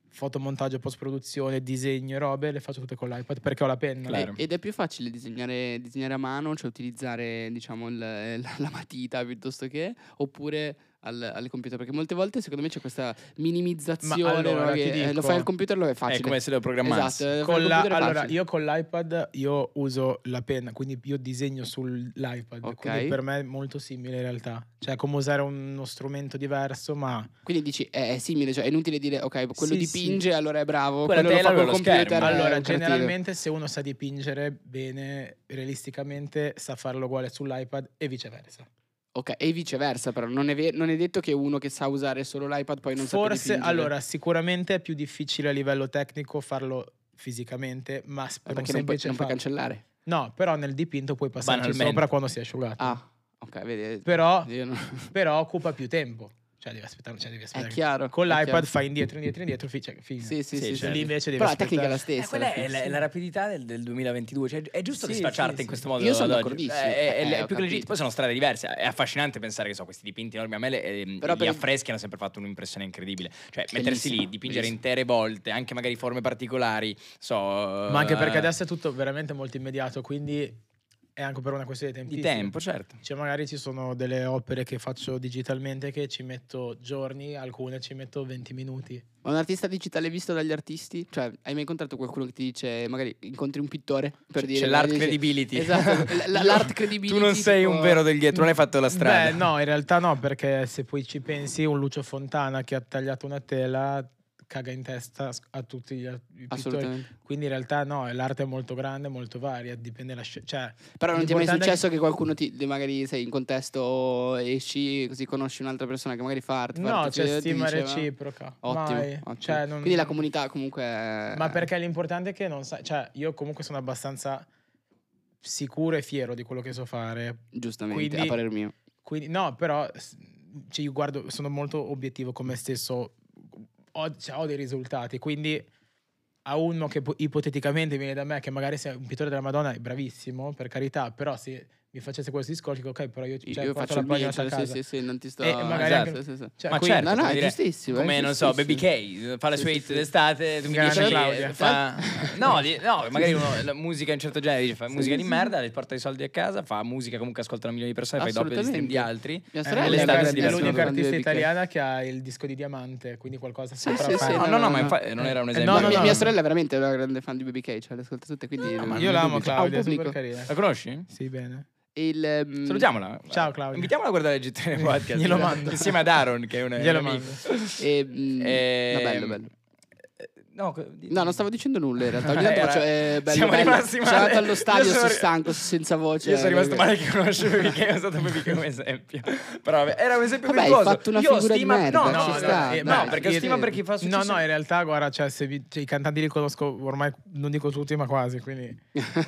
fotomontaggio, post produzione, disegno e robe le faccio tutte con l'iPad perché ho la penna. Claro. Eh, Ed è più facile disegnare, disegnare a mano, cioè utilizzare diciamo il- la, la matita piuttosto che, oppure al, al computer, perché molte volte secondo me c'è questa minimizzazione, Ma allora, no, ti che, eh, dico- lo fai al computer lo è È facile. come se lo programmassi. esatto, eh, lo fai al Con la- computer è allora, facile. io con l'iPad io uso la penna, quindi io disegno sull'iPad, Ok. quindi per me è molto simile in realtà. Cioè, è come usare uno strumento diverso, ma Quindi dici è, è simile, cioè è inutile dire ok, quello Sì, dipinge, allora è bravo, Quella quello lo tela, fa col quello schermo. computer. eh, Era allora è un cretino. generalmente se uno sa dipingere bene, realisticamente sa farlo uguale sull'iPad e viceversa. Ok, e viceversa però, non è, ve- non è detto che uno che sa usare solo l'iPad poi non sa Forse, allora, sicuramente è più difficile a livello tecnico farlo fisicamente, ma s- per un Eh, perché non puoi, semplice non puoi fa- cancellare. No, però nel dipinto puoi passarci Banalmente. sopra quando si è asciugato. Ah, ok, vedi. Però io non- però occupa più tempo. Cioè devi aspettare, cioè devi è aspettare. chiaro. Con è l'iPad chiaro. fai indietro, indietro, indietro, fi- cioè, fine. Sì, sì, Sì, sì. certo. Lì sì. invece devi Però la tecnica è aspettare. la Eh, stessa. alla quella è fine. la, è la rapidità del, del 2022. Cioè, è giusto Sì, disfacciarti sì, in sì. questo modo. Io sono ad oggi. d'accordissimo. Eh, è- è- Eh, è ho più che capito. legittim- Poi sono strade diverse. È affascinante pensare che so, questi dipinti enormi a me le, ehm, Però gli per- affreschi hanno sempre fatto un'impressione incredibile. Cioè, mettersi lì, Bellissimo, dipingere bellissimo. intere volte, anche magari forme particolari. So, Ma anche perché eh, adesso è tutto veramente molto immediato, quindi è anche per una questione di Di tempi. tempo, certo. Cioè, magari ci sono delle opere che faccio digitalmente che ci metto giorni, alcune ci metto 20 minuti. Ma un artista digitale visto dagli artisti? Cioè, hai mai incontrato qualcuno che ti dice, magari incontri un pittore per C'è dire... l'art dice- credibility. Esatto, l- l- l'art credibility. Tu non sei tipo- un vero del dietro, non hai fatto la strada. Beh, no, in realtà no, perché se poi ci pensi, un Lucio Fontana che ha tagliato una tela caga in testa a tutti gli a- i pittori Assolutamente. Quindi in realtà no, l'arte è molto grande, molto varia, dipende la sce- cioè, Però non ti è mai L'importante è successo che qualcuno ti... Magari sei in contesto, esci, così conosci un'altra persona che magari fa arte. fa No, arte, c'è e ti stima dice, "Ma- reciproca. Ottimo. mai. ottimo. Cioè, non- Quindi la eh. comunità comunque... è- Ma perché l'importante è che non sai, cioè, io comunque sono abbastanza sicuro e fiero di quello che so fare. Giustamente, quindi- a parer mio. Quindi, no, però s- ci guardo, sono molto obiettivo con me stesso. Ho, cioè, ho dei risultati, quindi a uno che po- ipoteticamente viene da me, che magari sei un pittore della Madonna, è bravissimo, per carità, però se mi facesse questo discorso, dico, ok, però io, Io, cioè, io porto faccio la il mio, pagnotta a cioè, sì, casa. sì, sì, non ti sto... E magari Esatto, anche- sì, sì, sì. Cioè, Ma quindi- certo, no, no, come è dire, giustissimo, è Come, non so, Baby giustissimo. K fa le Sì, sue sì, hit sì. d'estate, tu mi Grande dici che Claudia. fa... No, di- no, magari uno la musica in un certo genere, dice fa musica di merda, le porta i soldi a casa, fa musica comunque ascoltano milioni di persone, fai doppio di stream di Assolutamente. altri. Mia Eh, sorella è le l'unica- strade si è divertono l'unica con artista italiana che ha il disco di diamante, quindi qualcosa Sì, sopra sì, fa- sì, no, no, no, no, no, ma no. infa- non era un Eh, esempio. no, mia, no, no. mia sorella è veramente una grande fan di BBK, cioè, le ascolta tutte, quindi... No, non- ma non Io l'amo dubito. Claudia, Ha è un super pubblico. carina. La conosci? Mm. Sì, bene. Il, ehm, Salutiamola. Ciao, Claudia. Invitiamola a guardare GTN Podcast. Glielo mando. Insieme ad Aaron, che è un, Glielo un amico. mando. ehm, Ehm, no, bello, bello. eh, No, co- di- No, non stavo dicendo nulla in realtà. Ogni tanto Era- faccio, eh, bello, siamo bello. rimasti Sono male. andato allo stadio, Io sono sono ri- stanco, sono senza voce. Io sono rimasto eh, male che conosce perché è stato proprio come esempio. Però vabbè, era un esempio Vabbè, hai virtuoso. fatto una Io figura di stima... merda, No, ci no, no, sta, eh, dai. no, perché Io- stima per chi fa successo. No, no, in realtà, guarda, cioè, se vi- cioè, i cantanti li conosco ormai, non dico tutti, ma quasi, quindi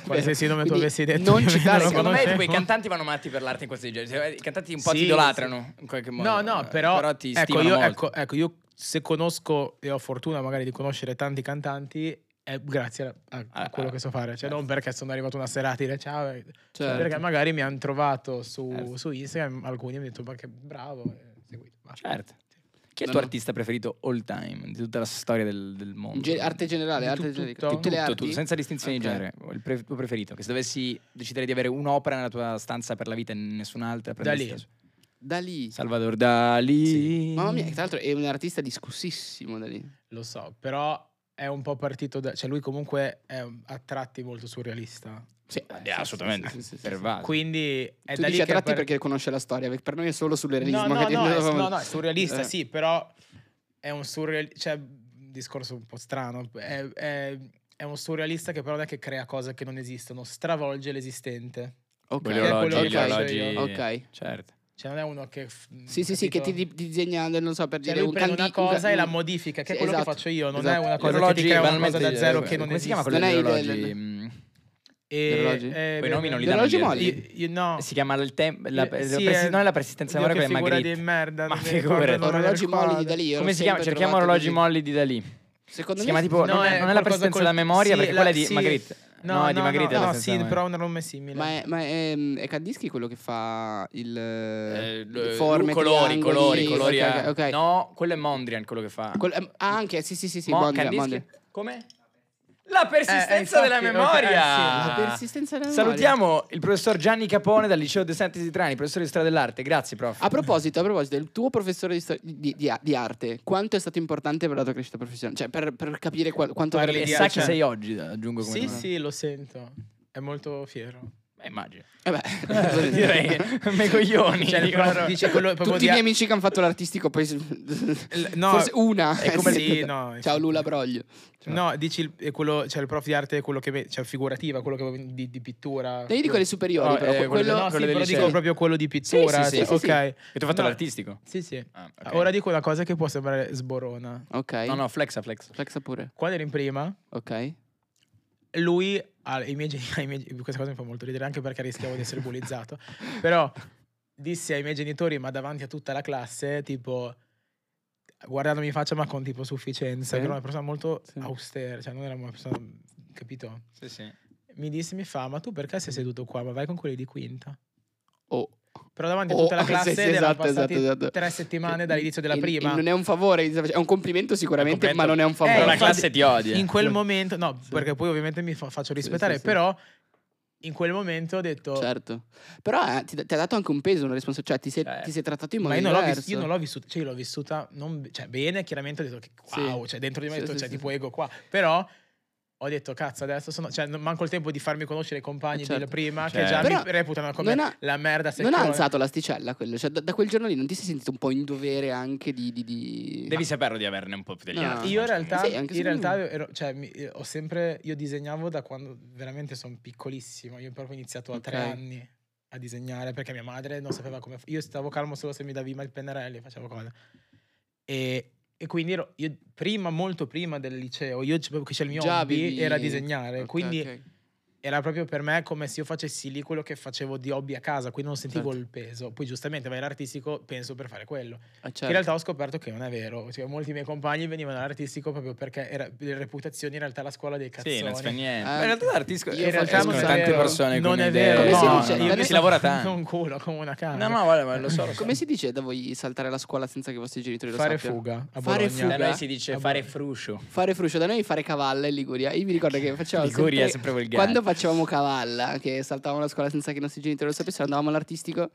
qualsiasi nome tu Quindi avessi detto... non io citare, lo Secondo me conoscevo. quei cantanti vanno matti per l'arte in questi generi. Cioè, I cantanti un po' ti Sì, idolatrano in qualche modo. Eh, No, no, però, ti ecco, stimano io, molto. ecco, ecco, io se conosco e ho fortuna magari di conoscere tanti cantanti, è grazie a, a Ah, quello ah, che so fare. Cioè, certo. non perché sono arrivato una serata e dire ciao, eh, Certo. perché magari mi hanno trovato su, Certo. su Instagram, alcuni mi hanno detto, ma che bravo, eh, seguito. basta. Certo. Chi è il No, tuo no. artista preferito all time di tutta la storia del, del mondo? In ge- arte generale, Di arte tu- generica. tutto? Tutte le tutto, arti? tutto, senza distinzioni Ok. di genere. Il pre- tuo preferito. Che se dovessi decidere di avere un'opera nella tua stanza per la vita e nessun'altra, prendesti Dalì. la sua. Da lì. Salvador Dalì. Eh, Mamma mia, che tra l'altro è un artista discussissimo da lì. Lo so, però è un po' partito da... Cioè, lui comunque è a tratti molto surrealista. Sì, Eh, eh, sì, assolutamente. sì, sì, sì, sì, sì. Pervaso. Quindi è tu da lì dici a che... tratti per- perché conosce la storia, per noi è solo sul realismo. No, no, che- no, è, no, no, è surrealista, Eh. sì, però è un surrealista, cioè, un discorso un po' strano, è, è- è un surrealista che però non è che crea cose che non esistono, stravolge l'esistente. Ok, Quelli orologi, ok, gli orologi. ok. Certo. Cioè non è uno che... f- Sì, sì, sì, che capito? ti di- disegna, non so, per Cioè, dire lui un prende candi- una un ca- cosa e la un- modifica, che è sì, quello esatto, che faccio io, non esatto. eh, è una cosa che ti crea una cosa da zero che non Come si chiama esiste. quello Non è degli il- orologi? il- Mm, E- Orologi? eh, Quei nomi non li beh, danno Orologi gli- molli? io- io- no. Si chiama il tempo. Eh, La, pre- la sì, presi- eh, non è la persistenza, ma Oddio, quella che è figura di Magritte. merda. Ma non mi ricordo figurati. il nome delle Orologi molli di squadre. Dalì. io l'ho Come si chiama? sempre Cerchiamo trovato orologi così. molli di Dalì. Secondo Si me chiama tipo. No, non, è, non è la è qualcosa persistenza col- della memoria, sì, perché la- quella è di sì. Magritte. No, è di Magritte. no, No, la no, persistenza sì, della però memoria. un nome simile. Ma è, ma è, è Candischi quello che fa il eh, Eh, forme, colori, triangoli, colori, colori. ok, eh. ok, ok. No, quello è Mondrian quello che fa. Quello- ehm, ah, anche sì, sì, sì, sì, Mo- Mondrian, Kandinsky- Mondrian. Come? La persistenza Eh, eh, infatti, della ok, memoria. eh, sì, La persistenza della memoria. Ah. Salutiamo il professor Gianni Capone dal liceo De Santis di Trani, professore di storia dell'arte. Grazie, prof. A proposito, a proposito, il tuo professore di, sto- di- di- di arte, quanto è stato importante per la tua crescita professionale? Cioè, per, per capire qua- quanto Parli e veramente- sa di- chi cioè- sei oggi, aggiungo come Sì, nome. sì, lo sento. È molto fiero. Eh, immagino. Eh beh, Eh, direi, me coglioni. Cioè, dicono. proprio- dice quello proprio Tutti di- i miei amici che hanno fatto l'artistico, poi L- no, forse uh, cioè. una. è come- Sì. Eh, sì, no, Ciao infatti. Lula Broglio. No, dici il, è quello, cioè il prof di arte è quello che ve- cioè figurativa, quello che di, di pittura. Dai, io dico le superiori, No, però. eh, quello quello- No, quello sì, del però liceo. dico proprio quello di pittura. cioè, Sì, sì, sì, ok. sì, Che tu hai fatto No. l'artistico? Sì, sì. Ah, ok. Ora dico una cosa che può sembrare sborona. Ok. No, no, flexa, flex. Flexa pure. Quando ero in prima, Ok. lui ha- i miei, gen- ai miei- questa cosa mi fa molto ridere anche perché rischiavo di essere bullizzato però dissi ai miei genitori ma davanti a tutta la classe tipo guardandomi in faccia ma con tipo sufficienza Sì. che era una persona molto Sì. austera cioè non era una persona capito Sì, sì. mi disse mi fa ma tu perché sei seduto qua ma vai con quelli di quinta Oh. però davanti a Oh, tutta la sì, classe sì, ed erano esatto, esatto, passati esatto. tre settimane dall'inizio della E- e prima non è un favore, è un complimento sicuramente, Un ma non è un Però Eh, la favore. infatti- classe ti odia. in quel Sì. momento no Sì. perché poi ovviamente mi fa- faccio rispettare sì, sì. però in quel momento ho detto certo. Però eh, ti, ti ha dato anche un peso, una responsabilità. Cioè, ti sei, Eh. ti sei trattato in Ma modo io non, l'ho vis- diverso. io non l'ho vissuta, cioè io l'ho vissuta non- cioè, bene, chiaramente ho detto che Sì. wow, cioè dentro di me ho Sì, detto sì, c'è sì, tipo sì. ego qua, però ho detto cazzo adesso sono, cioè non- manco il tempo di farmi conoscere i compagni Eh, certo. di prima che Certo. già Però mi reputano come non ha- la merda Non ha secchione. alzato l'asticella quello. Cioè, da, da quel giorno lì non ti sei sentito un po' in dovere anche di. di, di... Devi saperlo di averne un po' più degli No. altri. Io in realtà, Sì, Ah, anche in secondo realtà me. ero- cioè, mi- eh, ho sempre, io disegnavo da quando veramente sono piccolissimo, io proprio ho iniziato a tre Ok. anni a disegnare perché mia madre non sapeva come, f- io stavo calmo solo se mi davi mai il pennarello e facevo cose. E, e quindi ero, io prima, molto prima del liceo, io c- proprio che c'è il mio Già hobby avevi- era disegnare, Ok, Eh, quindi ok. era proprio per me come se io facessi lì quello che facevo di hobby a casa, quindi non sentivo Certo. il peso. Poi giustamente vai all'artistico, penso per fare quello. Ah, Che certo. in realtà ho scoperto che non è vero, cioè molti miei compagni venivano all'artistico proprio perché era, le reputazioni in realtà è la scuola dei cazzoni. Sì, non si fa niente. Eh, Ma in realtà l'artista io in realtà faccio escono un tante vero. persone non con è idee. cioè, vero, Come si no, dice? no, Da no, noi- si lavora Non un tanto. culo come una canna. Ah, No, no, guarda, ma lo so, Cioè, lo so. Come si dice da voi saltare la scuola senza che i vostri genitori lo fare sappiano? fuga a Fare Bologna. Da fuga? Cioè, noi si dice fare fruscio. Fare fruscio, da noi fare cavalla in Liguria. Io mi ricordo che facevamo Liguria è Cioè, sempre- sempre volgare. Quando facevamo cavalla, che saltavamo la scuola senza che i nostri genitori lo sapessero, andavamo all'artistico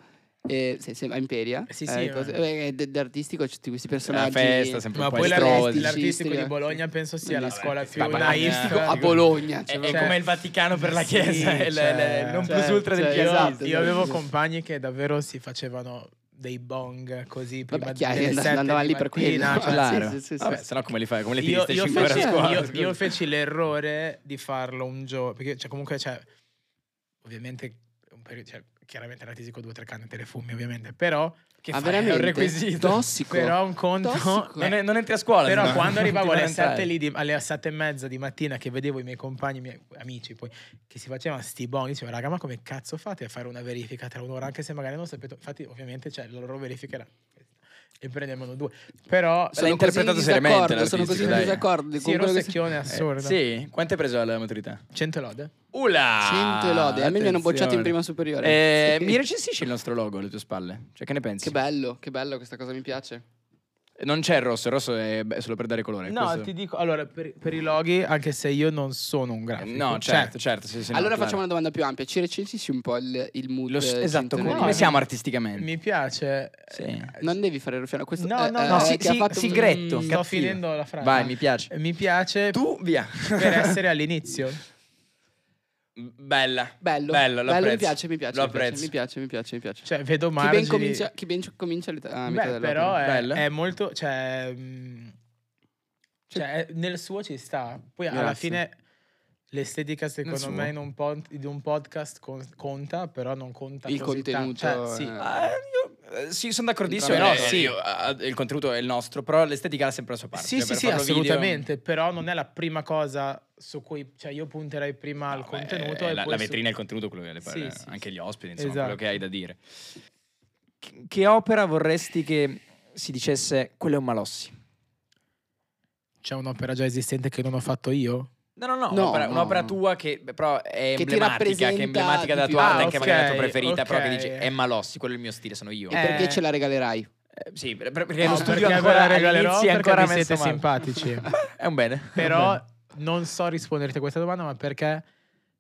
eh, se- se- a Imperia. Eh, sì, eh, sì, cose- ma- eh, d- d'artistico c'è tutti questi La personaggi. festa, sempre Ma un po' poi estrosi. l'artisti- estrosi. l'artistico Sì, di Bologna penso sia la Vabbè, scuola più vabbè, naif. l'artistico a Bologna. È, cioè, è Cioè- come il Vaticano per la Sì, Chiesa, è il- cioè- il- il non cioè, plus ultra del cioè, piano. esatto. Io avevo sì. compagni che davvero si facevano dei bong così Vabbè, prima chiaro, delle and- sette andava di lì per mattina, quello. cioè, Ah, Claro. Sì, sì, sì, sì, Vabbè, sì. sennò come li fai? Come li io, tiri io 5 ore a feci, scuola? io- scusa? io feci l'errore di farlo un giorno, perché cioè, comunque c'è, ovviamente, un periodo, cioè, chiaramente era tisico due o tre canne te le fumi, ovviamente, però Che Ma fai? È un Ah, veramente? requisito. Tossico. Però un conto- Tossico. Non, è- non entri a Eh, scuola. Però se no, quando non ti arrivavo fanno alle entrare. 7, lì di- alle 7 e mezza di mattina che vedevo i miei compagni, i miei amici poi, che si facevano sti boni, dicevo raga ma come cazzo fate a fare una verifica tra un'ora anche se magari non sapete, infatti ovviamente cioè, la loro verifica era e prendevano due, però L'ha interpretato così in seriamente disaccordo, Sono così l'artistico, in dai. disaccordo. sì, con era quello un che- secchione Eh, assurdo. sì, quanto hai preso alla maturità? 100 lode? Ula! 100 lode. A me mi hanno bocciato in Attenzione. prima superiore. Eh, Sì. Mi recensisci il nostro logo alle tue spalle? Cioè, che ne pensi? Che bello, che bello, questa cosa mi piace. Non c'è il rosso, il rosso è beh, solo per dare colore. No, questo- ti dico, allora, per, per i loghi, anche se io non sono un grafico. cioè, No, certo, certo. sì, sì, no, allora claro. facciamo una domanda più ampia. Ci recensissi un po' il, il mood? Lo s- eh, esatto, come, cinturino? come no. siamo cioè, artisticamente? Mi piace. Sì. eh, Non devi fare ruffiano. certo. Questo No, eh, no, eh, no, che sì, ha sì, fatto sì, un- mm, Gretto. Sto cattivo. finendo la frase. Vai, mi piace. Mi piace Tu, via. per essere all'inizio. Bella. Bello, Bello, lo mi apprezzo. piace, mi piace, Lo mi piace, apprezzo. mi piace, mi piace, mi piace. Cioè, vedo chi margini. ben comincia, chi ben comincia ah, all'età- a metà Beh, dell'opera. però è, Bello. è molto. Cioè, mh, cioè, è- nel suo ci sta. Poi alla Grazie. fine. L'estetica, secondo suo. me, in un pod- di un podcast con- conta, però non conta Il così tanto. contenuto, Cioè, sì, eh. Ah, io, eh, sì, sono d'accordissimo. Entrambi. però Eh, sì, io- ah, il contenuto è il nostro, però l'estetica l'ha sempre la sua parte. Sì, Cioè, sì, per sì, farlo video- assolutamente, però non è la prima cosa su cui, cioè io punterei prima al No, beh, contenuto è e la, poi la su- vetrina è il contenuto, quello che le parla, eh, Sì, sì, anche sì. gli ospiti, insomma, Esatto. quello che hai da dire. Che, che opera vorresti che si dicesse quello è un Malossi? C'è un'opera già esistente che non ho fatto io? No, no, no, No, un'opera, no, un'opera no. tua che beh, però è Che ti emblematica, che è rappresenta emblematica della di tua più. arte, Ah, anche magari la tua ok, preferita, però che ok. dici è Malossi, quello è il mio stile, sono io. E Eh. perché ce la regalerai? Eh, sì, per- per- perché No, lo studio perché ancora ve la regalerò all'inizio è perché ancora vi messo siete male. simpatici. è un bene. Però non so risponderti a questa domanda, ma perché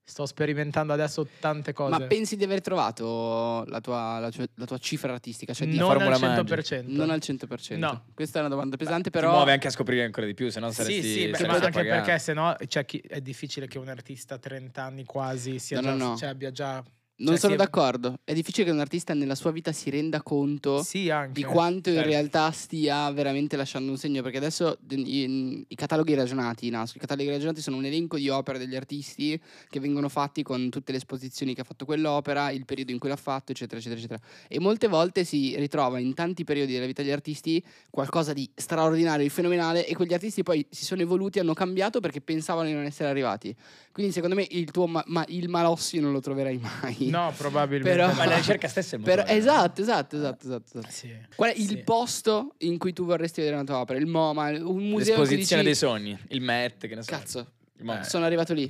sto sperimentando adesso tante cose. Ma pensi di aver trovato la tua, la tua- la tua cifra artistica? Cioè di non al Formula 100%. non al 100%. No. Questa è una domanda Ti pesante, però... muove anche a scoprire ancora di più, se no saresti Sì, sì, beh, saresti ma anche appagato. perché sennò cioè, chi- è difficile che un artista 30 anni quasi sia No, già, no, no. cioè, abbia già... Boh, Non cioè, sono sì, d'accordo. È difficile che un artista nella sua vita si renda conto Sì, anche. di quanto in Certo. realtà stia veramente lasciando un segno. Perché adesso d- i, i cataloghi ragionati, no? i cataloghi ragionati sono un elenco di opere degli artisti che vengono fatti con tutte le esposizioni che ha fatto quell'opera, il periodo in cui l'ha fatto, eccetera, eccetera, eccetera. E molte volte si ritrova in tanti periodi della vita degli artisti qualcosa di straordinario, di fenomenale, e quegli artisti poi si sono evoluti, hanno cambiato perché pensavano di non essere arrivati. Quindi secondo me il tuo ma- ma- il malossi non lo troverai mai. No, probabilmente. Però- no. Ma la ricerca stessa è molto Però- bella. esatto, esatto, esatto, esatto, esatto. Sì. Qual è Sì. il posto in cui tu vorresti vedere una tua opera? Il MoMA, un museo in cui dici, L'esposizione dei sogni, il Met, che ne so. Cazzo, Il Met. sono arrivato lì.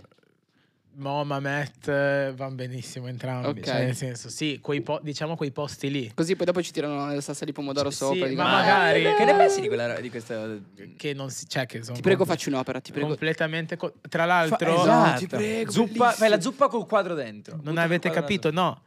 Moma, Matt eh, vanno benissimo entrambi. Ok. Cioè, nel senso, sì, quei po- diciamo quei posti lì. Così poi dopo ci tirano la salsa di pomodoro Sì, sopra. sì, dicono, Eh, ma Ma "Ah, magari- magari... Che ne pensi di, quella, ro- di questa... Che non si. Cioè, che sono Ti prego facci un'opera, ti prego. completamente. co- tra l'altro, Fa- Esatto, ti prego, zuppa, bellissimo. fai la zuppa col quadro dentro. non avete capito, no.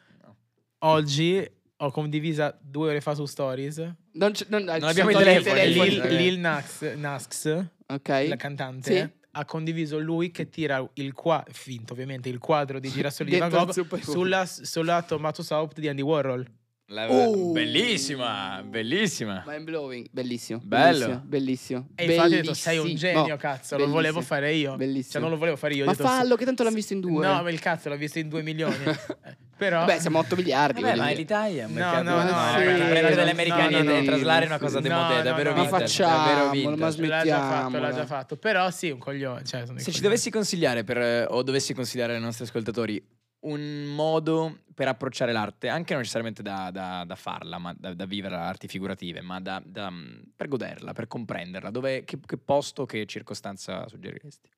Oggi ho condivisa due ore fa su Stories Non, c- non, ci abbiamo sono i tolti telefoni, Lil, ragazzi. Lil Nas- Nasx, Ok. la cantante, Sì. ha condiviso lui che tira il qua- finto ovviamente il quadro di Girasoli di Van Dentro il zuppo Gogh di- sulla, sulla Tomato Soup di Andy Warhol. Uh. Bellissima, bellissima. Mind blowing, bellissimo. Bello. Bellissimo. bellissimo E infatti ho detto, bellissimo. sei un genio, cazzo, lo volevo bellissimo, fare io. Bellissimo. Cioè, non lo volevo fare io. ho Ma detto, fallo, che tanto l'hanno visto in due. No, ma il cazzo l'ho visto in due milioni. Eh, Però... Beh, siamo 8 Eh miliardi. Vabbè, voglio ma è dire. l'Italia è un No, mercato. no, no, Ah, sì, prendere dagli no, americani no, e no, traslare sì, una cosa sì. de No, modè, no, davvero no, ma vintage, facciamola, davvero ma vintage. L'ha già fatto, l'ha smettiamola. già fatto. Però sì, un coglione. Cioè, sono Se dei ci coglioni. dovessi consigliare per, eh, o dovessi consigliare ai nostri ascoltatori un modo per approcciare l'arte, anche non necessariamente da, da- da farla, ma da, da vivere arti figurative, ma da, da, mm, per goderla, per comprenderla, dove, che, che posto, che circostanza suggeriresti?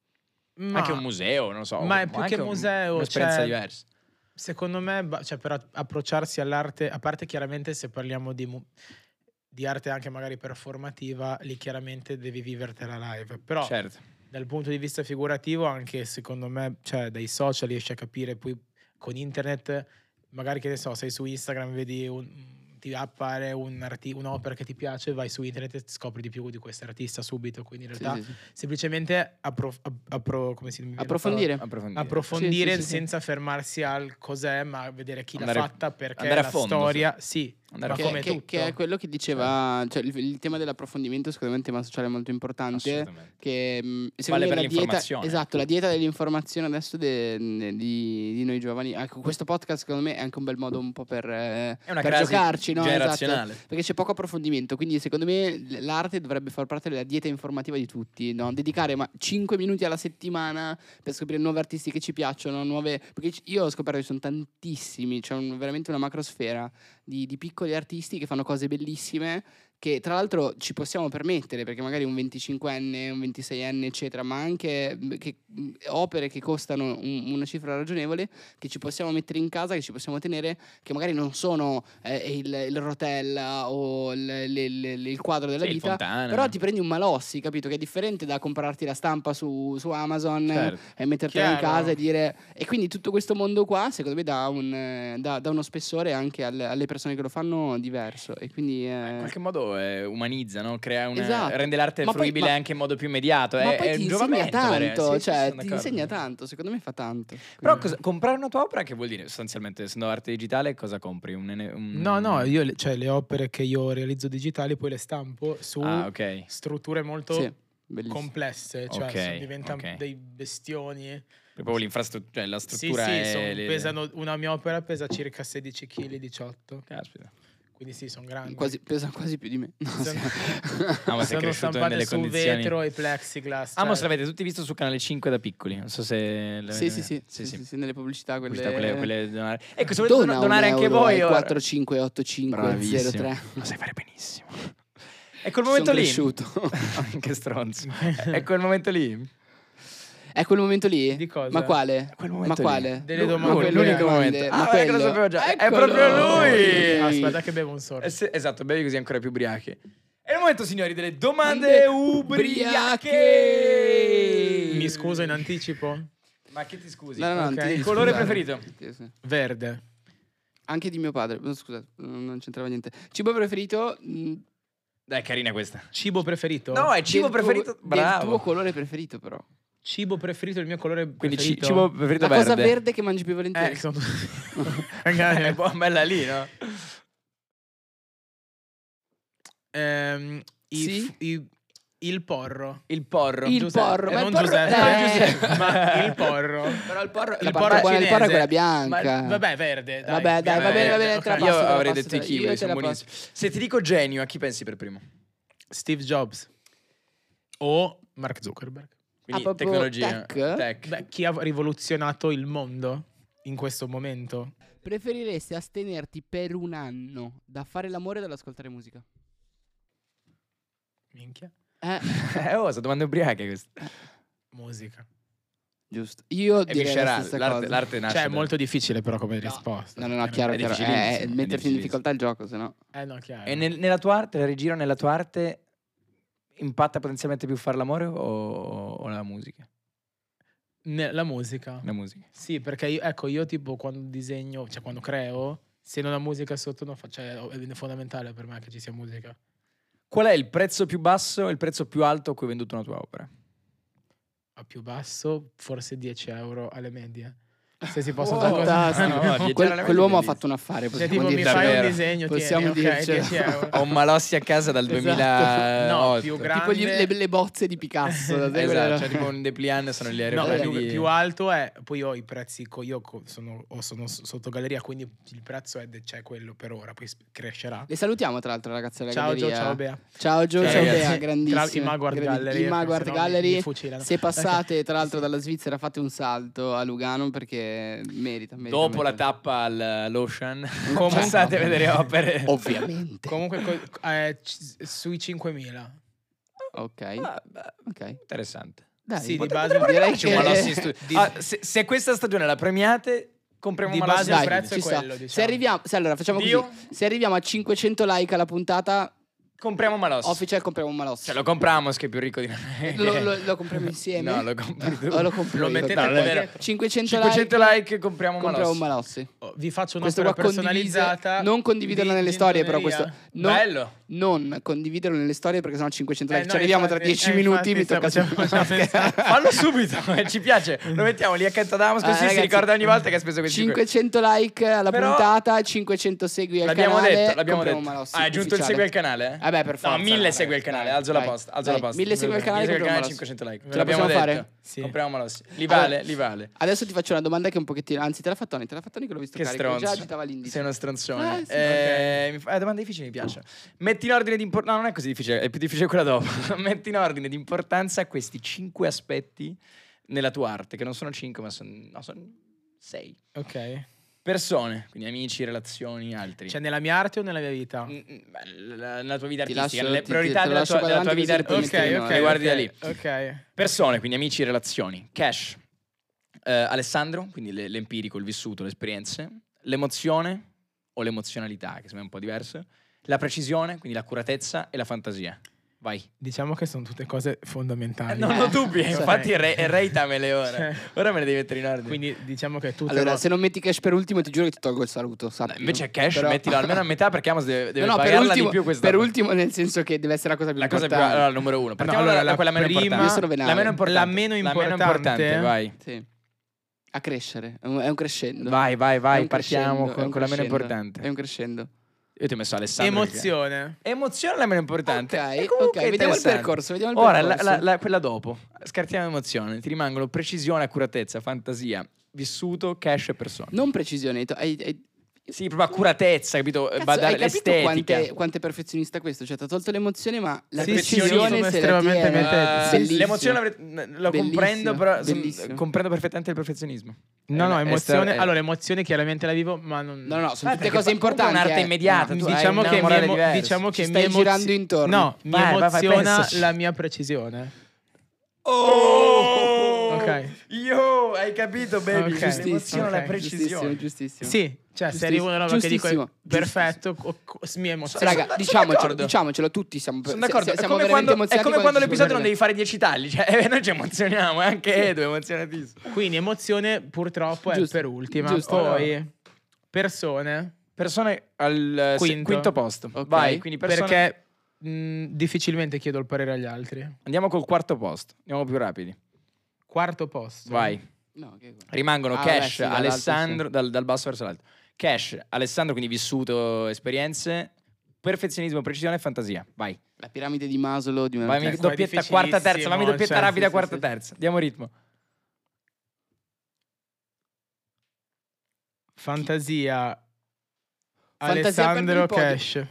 Ma- Anche un museo, non lo so. ma è o- più anche che un- museo, Un'esperienza cioè- diversa. Secondo me, ba- cioè, per a- approcciarsi all'arte, a parte chiaramente se parliamo di, mu- di arte anche magari performativa, lì chiaramente devi vivertela live. Però Certo. dal punto di vista figurativo, anche secondo me, cioè, dai social riesci a capire poi con internet, magari che ne so, sei su Instagram, vedi un ti appare un arti- un'opera che ti piace, vai su internet e scopri di più di questo artista subito, quindi in Sì, realtà sì, sì. semplicemente appro- app- appro- come si- mi viene la parola? Approfondire. Approfondire. approfondire Sì, sì, sì, sì. senza fermarsi al cos'è, ma vedere chi Andare- l'ha fatta perché andare a la fondo, storia, sì, Andare ma a Che, come fondo. che- tutto. Eh. che è quello che diceva, cioè il, il tema dell'approfondimento secondo me è un tema sociale molto importante. Assolutamente. Che mh, secondo per me la dieta, l'informazione. ecco. esatto, la dieta dell'informazione adesso de- ne- di, di noi giovani. Ecco, questo podcast secondo me è anche un bel modo un po' per, eh, È una per crasi giocarci, no? Esatto. generazionale. Perché c'è poco approfondimento, quindi secondo me l- l'arte dovrebbe far parte della dieta informativa di tutti, no? dedicare 5 minuti alla settimana per scoprire nuovi artisti che ci piacciono, nuove... perché c- io ho scoperto che ci sono tantissimi, c'è un- veramente una macrosfera di, di piccoli artisti che fanno cose bellissime che tra l'altro ci possiamo permettere, perché magari un 25enne, un 26enne, eccetera, ma anche mh, che- mh, opere che costano un- una cifra ragionevole, che ci possiamo mettere in casa, che ci possiamo tenere, che magari non sono eh, il, il rotella o il, il- il- il quadro della Sì, vita, Fontana. però ti prendi un Malossi, capito? Che è differente da comprarti la stampa su, su Amazon eh, Certo. e mettertela in Chiaro. casa e dire... E quindi tutto questo mondo qua, secondo me, dà, un, eh, dà- dà uno spessore anche al- alle persone che lo fanno diverso. E quindi... eh, In qualche modo eh, umanizza, no? Crea una- Esatto. rende l'arte Ma poi- fruibile ma- anche in modo più immediato. Ma è, poi è ti un insegna giovamento, vero? Sì, tanto, sì, cioè sono ti d'accordo. insegna tanto, secondo me fa tanto. Però cosa- comprare una tua opera che vuol dire sostanzialmente, essendo arte digitale, cosa compri? Un, ene- Mm. un- No, no, io le, cioè, le opere che io realizzo digitali poi le stampo su Ah, ok. strutture molto Sì, bellissimo. complesse, cioè Ok, sono- diventano ok. dei bestioni. Proprio l'infrastruttura, cioè la Sì, struttura sì, è... sono- le- pesano, una mia opera pesa circa 16 kg, 18, Caspita. quindi sì, sono grandi. Quasi, pesa quasi più di me. No, Sono- Ah, ma sei sono cresciuto stampate nelle su condizioni- vetro e plexiglass. Ah, cioè- ma se l'avete tutti visto su Canale 5 da piccoli, non so se... l'avete sì, sì, visto. sì, sì, sì, sì, nelle pubblicità quelle... Pubblicità, quelle- quelle di donare. Ecco, se volete Dona un donare anche euro voi... al ora- 458503. Bravissimo. Lo sai fare benissimo. È quel momento Sono lì. cresciuto. che stronzo. È quel momento lì. È quel momento lì? Di cosa? Ma quale? È quel momento Ma quale? lì. Delle Lu- domande. lui, Quelle L'unico domande. momento. Ma ah, guarda che lo quello- sapevo già. È Eccolo. proprio lui. Sì. Aspetta che bevo un sorso. Eh sì, esatto, bevi così ancora più ubriachi. È il momento, signori, delle domande ubriache. Mi scuso in anticipo. Ma che ti scusi? No, no, no, Ok, ti devi il colore scusare. preferito? Sì, sì. Verde. Anche di mio padre. No, Scusate, non non c'entrava niente. Cibo preferito? mh, Dai, carina questa. Cibo preferito? No, è cibo del tuo- preferito. Del Bravo. tuo colore preferito però. Cibo preferito, il mio colore Quindi ci- preferito. cibo preferito La cosa verde. Ecco. verde che mangi più volentieri. Eh, sono... è Magari. buona bella lì, no? Ehm, i- Sì? i- il porro. Il porro. Il Giuseppe. porro, Eh, ma il non porro- Giuseppe, eh. Giuseppe, ma il porro. Però il porro... Eh, la il parte porro buona del porro è cinese. quella bianca. Ma- vabbè, verde. Dai, Vabbè, dai, va bene, va bene, Ok. te la Io passo, te la avrei passo, detto i te la- io kiwi, te sono la Ah, buonissimi. Se ti dico genio, a chi pensi per primo? Steve Jobs. O Mark Zuckerberg. Quindi proprio tecnologia, tech? Beh, chi ha rivoluzionato il mondo in questo momento? Preferiresti astenerti per un anno da fare l'amore o dall'ascoltare musica? Minchia. Eh, Eh, oh, sono domande ubriache queste. Musica. giusto. Io E direi la viscerale, stessa l'arte, cosa. l'arte nasce. Cioè, è da- molto difficile però come risposta. No, no, no, chiaro, È chiaro. difficilissimo, Eh, è metterti in difficilissimo. difficoltà il gioco, se no. Eh no, chiaro. E nel- nella tua arte, la rigiro, nella tua arte impatta potenzialmente più fare l'amore o, o la musica? Ne- la musica. La musica. Sì, perché io, ecco, io tipo quando disegno, cioè quando creo, se non ho musica sotto non faccio, cioè, è fondamentale per me che ci sia musica. Qual è il prezzo più basso e il prezzo più alto a cui hai venduto una tua opera? A più basso, forse 10 euro alle medie. se si possa Oh, fare qualcosa. fantastico. No, no, viaggiare Quel- alla mente quell'uomo ha bellissimo. fatto un affare, Cioè, possiamo tipo, mi dire. fai Davvero. cioè, un disegno, Possiamo tieni, ok, dircelo. 10 euro. Ho un Malossi a casa dal Esatto. 2000. No, più grande. Tipo gli- le, le bozze di Picasso. da te, quella- Esatto, cioè tipo un Deplian sono gli No, aeroplani più, eh, di- più alto è poi ho i prezzi co- io co- sono, o sono s- sotto galleria quindi il prezzo è de- c'è quello per ora poi s- crescerà Le salutiamo tra l'altro ragazzi della ciao Gio galleria. ciao Bea Ciao Gio, Ciao, ciao ragazzi. Bea, grandissimo. Tra- i Maguard Gallery, eh, I Maguard se no mi- Gallery. mi fucilano. Se passate tra l'altro dalla Svizzera fate un salto a Lugano perché merita. merita, Dopo la merita. Certo. tappa all'Ocean, Comunque- passate a vedere opere. Ovviamente. comunque co- eh, c- sui 5.000 ok. Ah, beh, Ok. Interessante. Dai, Sì, di potremmo base- direi Faccio un Malossi in che... studio. Ah, se, se questa stagione la premiate, compriamo Di un base Malossi in il Dai, studio. prezzo è ci sta. quello diciamo. Se arriviamo, se allora facciamo Dio. così. Se arriviamo a 500 like alla puntata, Compriamo un Malossi. official compriamo un malossi. Cioè, lo compriamo, che è più ricco di me. Lo- lo- lo compriamo insieme? Eh. No, lo compri tu. O lo compro Ah, Lo io? mettete No, voi non è vero. dietro. 500, 500 like, compriamo un compriamo Malossi. un malossi. Oh, vi faccio Questo un'opera qua condivise- personalizzata non condividerla di nelle storie, però ingegneria. questo- Non- Bello. Non condividerlo nelle storie perché sennò 500 Eh, like. no, Ci arriviamo tra infatti- 10 eh, minuti. Mi infatti, tocca stiamo- stiamo Ok. pensando. Fallo subito, eh, ci piace. Lo mettiamo lì accanto ad Amos, Ah, così si ragazzi, ricorda ogni volta che ha speso questi 500 like alla Però- puntata, 500 segui al L'abbiamo canale. detto, l'abbiamo compriamo detto. Malossi, Ah, è giunto il ufficiale. segui al canale? Eh beh, per forza. No, 1000 dai, segui il canale, dai, alzo la dai, posta, alzo la dai, posta. 1000 segui al canale, 1000 segui al canale, compriamo Malossi. 500 like. Ce Ce la l'abbiamo detto. possiamo fare? Sì. Compriamo Malossi. Li vale, Allora- li vale. Adesso ti faccio una domanda che è un pochettino. Anzi, te l'ha fatta Tony, te l'ha fatta Tony che l'ho visto Che carico. stronzo. Già agitava l'indice. Sei uno stronzone. Eh, sì. Eh, mi fa- eh, domande difficili mi piacciono. Metti in ordine di importanza. No, non è così difficile, è più difficile quella dopo. Metti in ordine di importanza questi 5 aspetti nella tua arte, che non sono 5, ma sono 6. ok Persone, quindi amici, relazioni, altri. cioè nella mia arte o nella mia vita Mm, mm, beh, la- nella tua vita Ti artistica, lascio- le ti- priorità te lo della lascio tua, della tua guardare vita anche se ok poi metti artistica. in ok ordine. Le guardi da ok, lì. ok Persone, quindi amici, relazioni. Cash. Eh, Alessandro, quindi le- l'empirico, il vissuto, le esperienze. L'emozione o l'emozionalità, che sembra un po' diverso. La precisione, quindi l'accuratezza e la fantasia. Vai. Eh, diciamo che sono tutte cose fondamentali non Eh. ho dubbi, Cioè- infatti re- reitamele ora. Cioè, Ora me le devi mettere in ordine. quindi diciamo che tutte Allora, no- se non metti cash per ultimo, ti giuro che ti tolgo il saluto. No, sappilo. invece cash, Però- mettilo almeno a metà perché Amos deve, deve No, no, per pagarla ultimo, di più questa per ultimo, nel senso che deve essere la cosa più La cosa più importante. Eh, allora, il numero uno. Partiamo allora, da- da la quella meno prima- importante. Io sono venale. La meno importante. La meno importante. vai. Sì. A crescere, è un, è un crescendo. Vai, vai, È vai, un partiamo crescendo, è con, un con la meno crescendo, È importante. un crescendo. Io ti ho messo Alessandro. emozione perché- Emozione è la meno importante. Ok, E comunque ok, è vediamo il interessante. percorso, vediamo il Ora, percorso. la- la- la- quella dopo. Scartiamo emozione. Ti rimangono precisione, accuratezza, fantasia, vissuto, cash e persona. Non precisione. hai to- hai- hai- Sì, proprio accuratezza, capito? cazzo, Eh, Va hai capito dall'estetica. quante, quanto è perfezionista questo? Cioè, ti ha tolto l'emozione, ma la Sì, sì, precisione sono se la estremamente tiene. mette- Eh, Bellissimo. l'emozione l'avrei- lo Bellissimo, comprendo, però son- bellissimo. comprendo perfettamente il perfezionismo. no no È- è emozione stra- Eh, è- allora emozione chiaramente la vivo ma non No, no, Eh, no, sono tutte perché cose fa- comunque importanti. È un'arte eh. immediata. Mi- tu hai diciamo una che, mi, morale emo- diversa. diciamo che Ci mi stai emozio- girando intorno. No, mi Vai, vai, vai, emoziona pensaci. la mia precisione. Oh! Ok. Io, hai capito, baby? Ok. L'emozione, Ok. la precisione. Giustissimo, giustissimo. Sì, cioè se Giustissimo. arriva una roba che dico Giustissimo. perfetto, co- co- mi emoziona. Sono Raga, d'ac- sono diciamocelo, d'accordo. diciamocelo, tutti siamo Sono se- d'accordo, se- è siamo come, veramente eh. quando, è emozionati come quando ci l'episodio non guardiamo. devi fare dieci tagli, cioè noi ci emozioniamo, e anche Edo è emozionatissimo. Quindi emozione purtroppo Giusto, è per ultima. giusto. Poi persone, Persone al quinto, Quinto. quinto posto. Ok. Vai, quindi persone... perché mh, difficilmente chiedo il parere agli altri. Andiamo col quarto posto, andiamo più rapidi. Quarto posto. Vai. No, che- Rimangono Ah, beh, Cash, sì, dall'alto, Alessandro, dal, dal basso verso l'alto. Cash, Alessandro, quindi vissuto, esperienze, perfezionismo, precisione e fantasia. Vai. La piramide di Maslow di una Vai, cioè, mi- qua è doppietta difficilissimo, quarta terza, fammi doppietta cioè, rapida sì, sì, quarta sì. terza. Diamo ritmo. Fantasia. Fantasia per il Alessandro podio. Cash.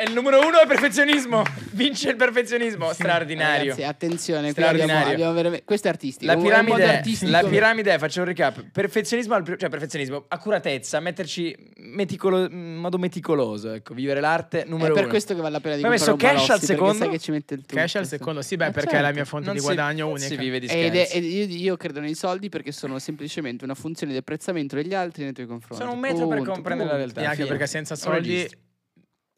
E il numero uno è perfezionismo. Vince il perfezionismo. Straordinario. Ragazzi, attenzione, qui Straordinario. abbiamo- abbiamo veramente- questo è artistico. La un- un modo piramide, è, artistico. la piramide è, faccio un recap, perfezionismo, al pri- cioè perfezionismo, accuratezza, metterci meticolo- in modo meticoloso, ecco, vivere l'arte, È numero per uno. questo che vale la pena di Ma hai messo comprare un cash al Malossi, perché secondo? sai che ci mette il tu, Cash al questo. secondo, sì, beh, Eh, perché è certo. la mia fonte non di si- guadagno non unica. si vive di Ed è- scherzi. ed io, io credo nei soldi perché sono semplicemente una funzione di apprezzamento degli altri nei tuoi confronti. Sono un metro per Punto, comprendere la punto. realtà. E anche Fine. perché senza Un soldi regista.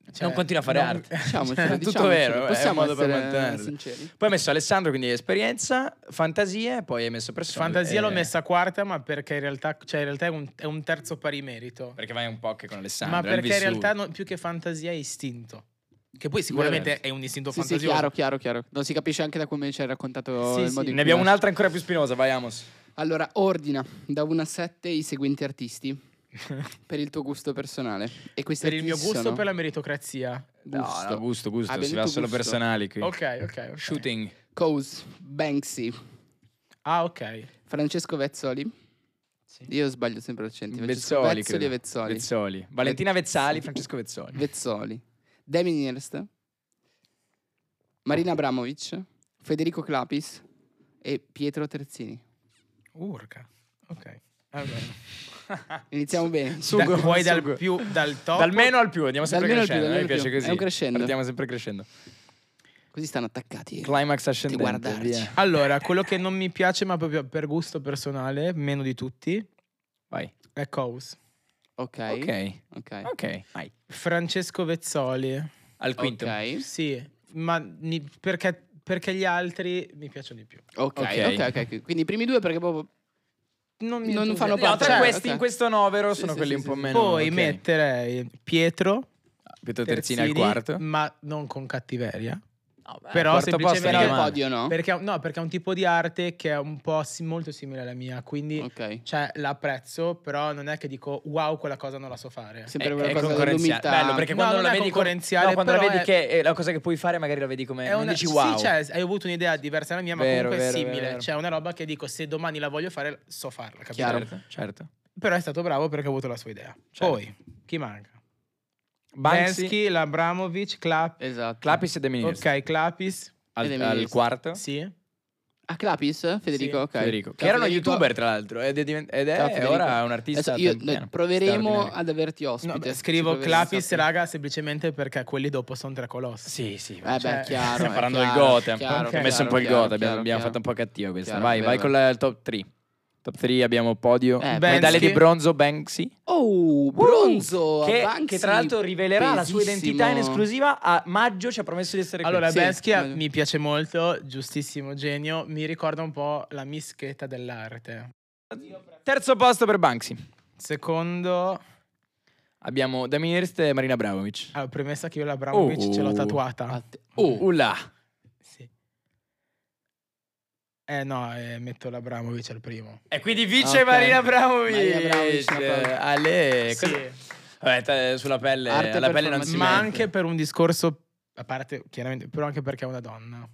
Cioè, Non continui a fare arte. Diciamocelo, Tutto diciamocelo, vero, è un possiamo modo per essere mantenerlo. sinceri. Poi hai messo Alessandro, quindi esperienza, fantasia, e poi hai messo persone. Fantasia Eh, l'ho messa quarta, ma perché in realtà, cioè, in realtà è, un, è un terzo pari merito. Perché vai un po' che con Alessandro. Ma è il perché in vissuto. realtà non- più che fantasia è istinto. Che poi sicuramente Veramente. è un istinto Sì, sì, fantasioso. chiaro, chiaro, chiaro. Non si capisce anche da come ci hai raccontato Sì, il sì. modo Ne in cui abbiamo nasce. un'altra ancora più spinosa, vai Amos. Allora, ordina da 1 a 7 i seguenti artisti per il tuo gusto personale. E questi Per il mio artisti gusto, sono per la meritocrazia. No, no, gusto, gusto. Abbiamo si va detto solo gusto. personali qui. Ok, ok. ok. Shooting. Coase, Banksy, Ah, ok. Francesco Vezzoli. Io sbaglio sempre l'accento. Francesco Vezzoli. Vezzoli e credo. Vezzoli. Vezzoli. Valentina Vezzali, Vezzoli. Francesco Vezzoli. Vezzoli, Damien Hirst, Marina Abramovic, Federico Clapis e Pietro Terzini. Urca. Ok. Va bene. Iniziamo bene. Da- Sugo, vuoi dal sugo. più, dal top? Dal meno al più, andiamo sempre Dal meno al più, crescendo. a me dal meno al piace più. così. È un crescendo. Partiamo sempre crescendo. Così stanno attaccati. Climax ascendente. guardarci. via. Allora, quello che non mi piace, ma proprio per gusto personale, meno di tutti, Vai. è Coase. Ok. Ok. Ok. Ok. Vai. Francesco Vezzoli. Al quinto. Ok. Sì, ma ni- perché, perché gli altri mi piacciono di più. Ok, Ok. ok, ok. Quindi i primi due perché proprio Non, Non fanno No, parte. tra Cioè, questi ok. in questo novero Sì, sono sì, quelli sì, un sì, po' sì. meno. Poi ok. metterei Pietro Pietro Terzini, Terzini al quarto. ma non con cattiveria. No, beh, Però quarto posto non semplicemente- però è il male. podio no. Perché, no, perché è un tipo di arte che è un po' si- molto simile alla mia, quindi Ok. cioè, l'apprezzo, però non è che dico wow, quella cosa non la so fare. Sempre È- quella è cosa concorrenziale. dell'umiltà. Bello, perché No, quando non la è vedi come- concorrenziale, no, quando la però vedi è- che è la cosa che puoi fare, magari la vedi come. È non una- dici wow. Sì, cioè, hai avuto un'idea diversa dalla mia, ma Vero, comunque è vero, simile. vero, vero. Cioè, è una roba che dico se domani la voglio fare, so farla, capito? Chiaro. Certo, certo. Però è stato bravo perché ha avuto la sua idea. Certo. Poi, chi manca? Banksy, Bansky, Labramovic, Clap. Esatto. Clapis e Deminir. Ok, Clapis. Al, Deminir. al quarto. Sì. Ah, Clapis? Federico, Sì, ok. Federico, che Ciao, erano Federico. youtuber tra l'altro ed è, diven- ed è Ciao, Federico. ora un Adesso artista io tempiano, noi proveremo straordinario. ad averti No, ospite. beh, eh, scrivo Ci proveremo, Clapis, esatto. raga, semplicemente perché quelli dopo sono tre colossi. Sì, sì. Eh beh, Cioè, chiaro. stiamo è parlando del chiaro, Gotham. chiaro, Ho messo un chiaro, po' il chiaro, Gotham, abbiamo, chiaro, abbiamo fatto chiaro. un po' cattivo questa. Chiaro, vai, vero, vai con la il top 3. Top 3 abbiamo podio. Eh, Medaglia Bansky. di bronzo Banksy. Oh, bronzo! a che, Banksy, che tra l'altro rivelerà la sua pesissimo. identità in esclusiva a maggio ci ha promesso di essere qui. Allora, Sì, eh. Bansky voglio- mi piace molto, giustissimo genio, mi ricorda un po' la mischetta dell'arte. terzo posto per Banksy. Secondo, Abbiamo Damien Hirst e Marina Abramovic. ah, premessa che io la Bramovic Oh. ce l'ho Ah, tatuata. Mm. te- Oh, ulla. Sì. Eh no, eh, metto la Bramovic al primo. E quindi vince Ok. Marina Abramovic. Marina Abramovic, la palla. Eh, Ale, Sì. cosa- Vabbè, t- sulla pelle, Arte alla pelle non si performativa. Ma manca. anche per un discorso, a parte chiaramente, però anche perché è una donna.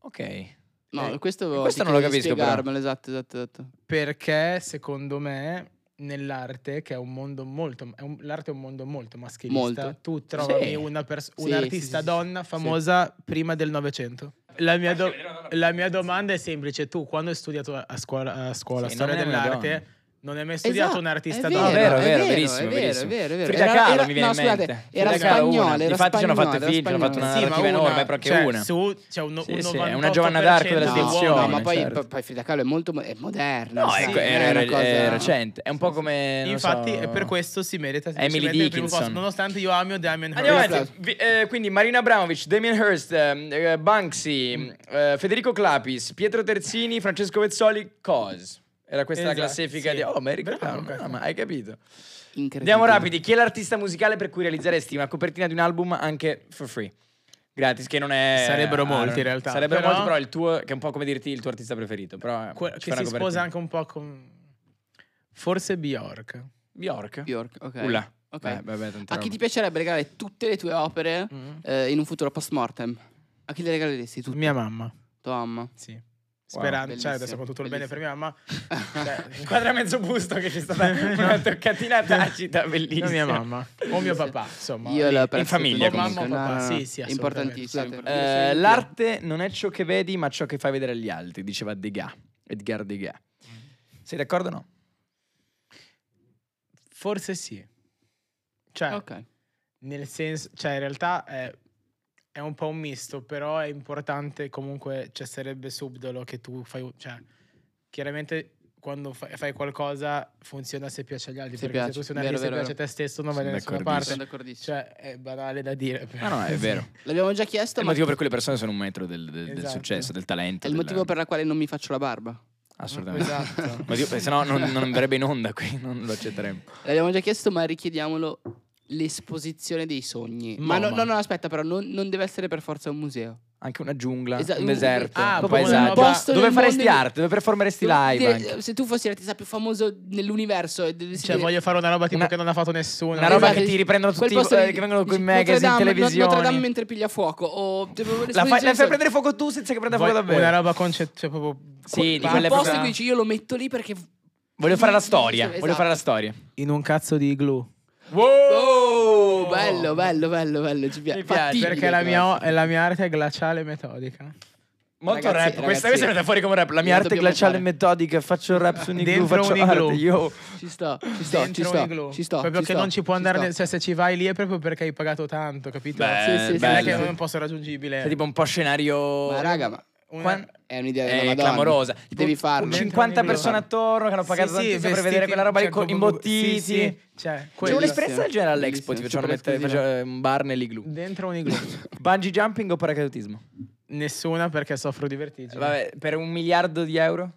Ok. No, questo, Eh, questo ti non lo chiedo di capisco, però. spiegarmelo, esatto, esatto, esatto. Perché secondo me nell'arte, che è un mondo molto, è un- l'arte è un mondo molto maschilista, Molto. tu trovi Sì. una pers- Sì, un'artista sì, sì, sì. donna Sì. famosa prima del Novecento. La mia, do- la mia domanda è semplice, tu quando hai studiato a a scuola, a scuola Sì, storia non è una dell'arte, non hai mai studiato Esatto, un artista è No, donna? vero, è vero, vero, verissimo, è vero, verissimo. è vero, è vero. Frida Era- Kahlo era- mi viene no, in mente. scusate, era Frida Kahlo, spagnola, una. era Infatti ci hanno fatto spagnola, film, ci hanno fatto una era ma narrativa enorme, perché cioè, una. Su, c'è uno, Sì, uno sì, è 98% una Giovanna d'Arco della di delle No, uomini. finzioni, no, ma poi, certo. poi Frida Kahlo è molto mo- è moderna. No, sì, ecco, non è era, una era- cosa- è recente. È un po' come. Eh, non Infatti, so- è per questo si merita Emily semplicemente il primo Dickinson. posto, nonostante io ami Damien Andiamo Hirst. avanti. Vi- eh, quindi Marina Abramovic, Damien Hirst, ehm, eh, Banksy, eh, Federico Clapis, Pietro Terzini, Francesco Vezzoli, Cos. Era questa Esatto, la classifica sì. di. Oh, ma hai ricordato? Bravo, No, ma hai capito. incredibile. Andiamo rapidi. Chi è l'artista musicale per cui realizzeresti una copertina di un album anche for free? Gratis, che non è. Ah, Sarebbero molti, in realtà. Sarebbero Però- molti, però il tuo, che è un po' come dirti il tuo artista preferito. Però eh, Que- ci che fai si una sposa copertina. anche un po' con forse Bjork Bjork. Bjork, ok. Ulla. Ok. Beh, vabbè, tanta A chi roba. ti piacerebbe regalare tutte le tue opere eh, in un futuro post mortem? A chi le regaleresti tutte? mia mamma Tua mamma. sì sperando Bellissimo, cioè adesso con tutto il bene per mia mamma cioè, Quadra mezzo busto che ci sta una toccatina tacita bellissima. no, mia mamma o mio papà insomma Io lì. la apprezzo famiglia, tutte, comunque. comunque. Mamma, No, papà, no, sì, no. sì, assolutamente. importantissimo. Scusate, Eh, importantissimo. l'arte non è ciò che vedi, ma ciò che fai vedere agli altri, diceva Degas, Edgar Degas. Sei d'accordo o no? forse sì cioè Ok. nel senso cioè in realtà è, è un po' un misto però è importante comunque cioè sarebbe subdolo che tu fai cioè chiaramente quando fa- fai qualcosa funziona se piace agli altri Se perché piace, se tu sei un vero, artista e vero, piace a te stesso non vai Sono da nessuna d'accordissimo. parte Sono d'accordissimo. Cioè, è banale da dire. però- No, no, è vero. L'abbiamo già chiesto, È il ma motivo per cui le persone sono un metro del, del- del Esatto. successo, del talento. è il del- motivo per la quale non mi faccio la barba. Assolutamente. Esatto. Ma io- se no non, non andrebbe in onda qui, non lo accetteremo. L'abbiamo già chiesto, ma richiediamolo l'esposizione dei sogni. Ma no, MoMA. no, no, aspetta, però non, non deve essere per forza un museo. anche una giungla, Esatto, un un- deserto, ah, un proprio una paesaggio. roba- Posto Dove nel faresti mondo in- arte? Dove performeresti Devo live? dire, anche? Se tu fossi l'artista più famoso nell'universo, e dovessi Cioè, dire- voglio fare una roba tipo Una- che non ha fatto nessuno. Una roba Esatto, che ti riprendono quel tutti, posto eh, lì, che vengono con i dici, magazine, Notre Dame- televisioni. Notre Dame mentre piglia fuoco. O La fai, la fai prendere fuoco tu senza che prenda Voglio- fuoco davvero. Una roba concettuale, cioè proprio... Sì, di pa- un quelle posto proprio- in cui dici io lo metto lì perché Voglio fare la storia. Esatto. Voglio fare la storia. In un cazzo di igloo. Wow! Oh, bello, bello, bello, bello, ci piace. Mi piace, Fattibile, Perché la tra mia, è la mia arte è glaciale e metodica. Molto Ragazzi, rap. Questa ragazzi, mi è venuta fuori come rap. La mia lo arte dobbiamo glaciale e fare. metodica. Faccio rap su un igloo. Dentro Faccio un igloo. arte. Io. l'altro. Ci sto, ci sto, ci Dentro un sto, igloo. ci sto. Proprio ci che sto, non ci può ci andare. sto. ne- Cioè, se ci vai lì è proprio perché hai pagato tanto, capito? Beh, Sì, sì, sì, non è bello. che è un posto raggiungibile. Sei tipo un po' scenario. Ma raga, ma Una- Quan- è un'idea È della Madonna. clamorosa. Tipo, Devi farlo. un Dentro 50 igloo. persone attorno che hanno pagato Sì, sì, tantissimo per vedere vestiti, quella roba lì cioè, co- proprio- imbottiti. sì, sì, cioè, C'è un'esperienza- quello. un'esperienza del genere all'Expo. Bellissimo, Tipo, c'erano super mette- esclusiva. faceva un bar nell'igloo. Dentro un igloo. Bungee jumping o paracadutismo? Nessuna perché soffro di vertigine. Eh, Vabbè, per un miliardo di euro?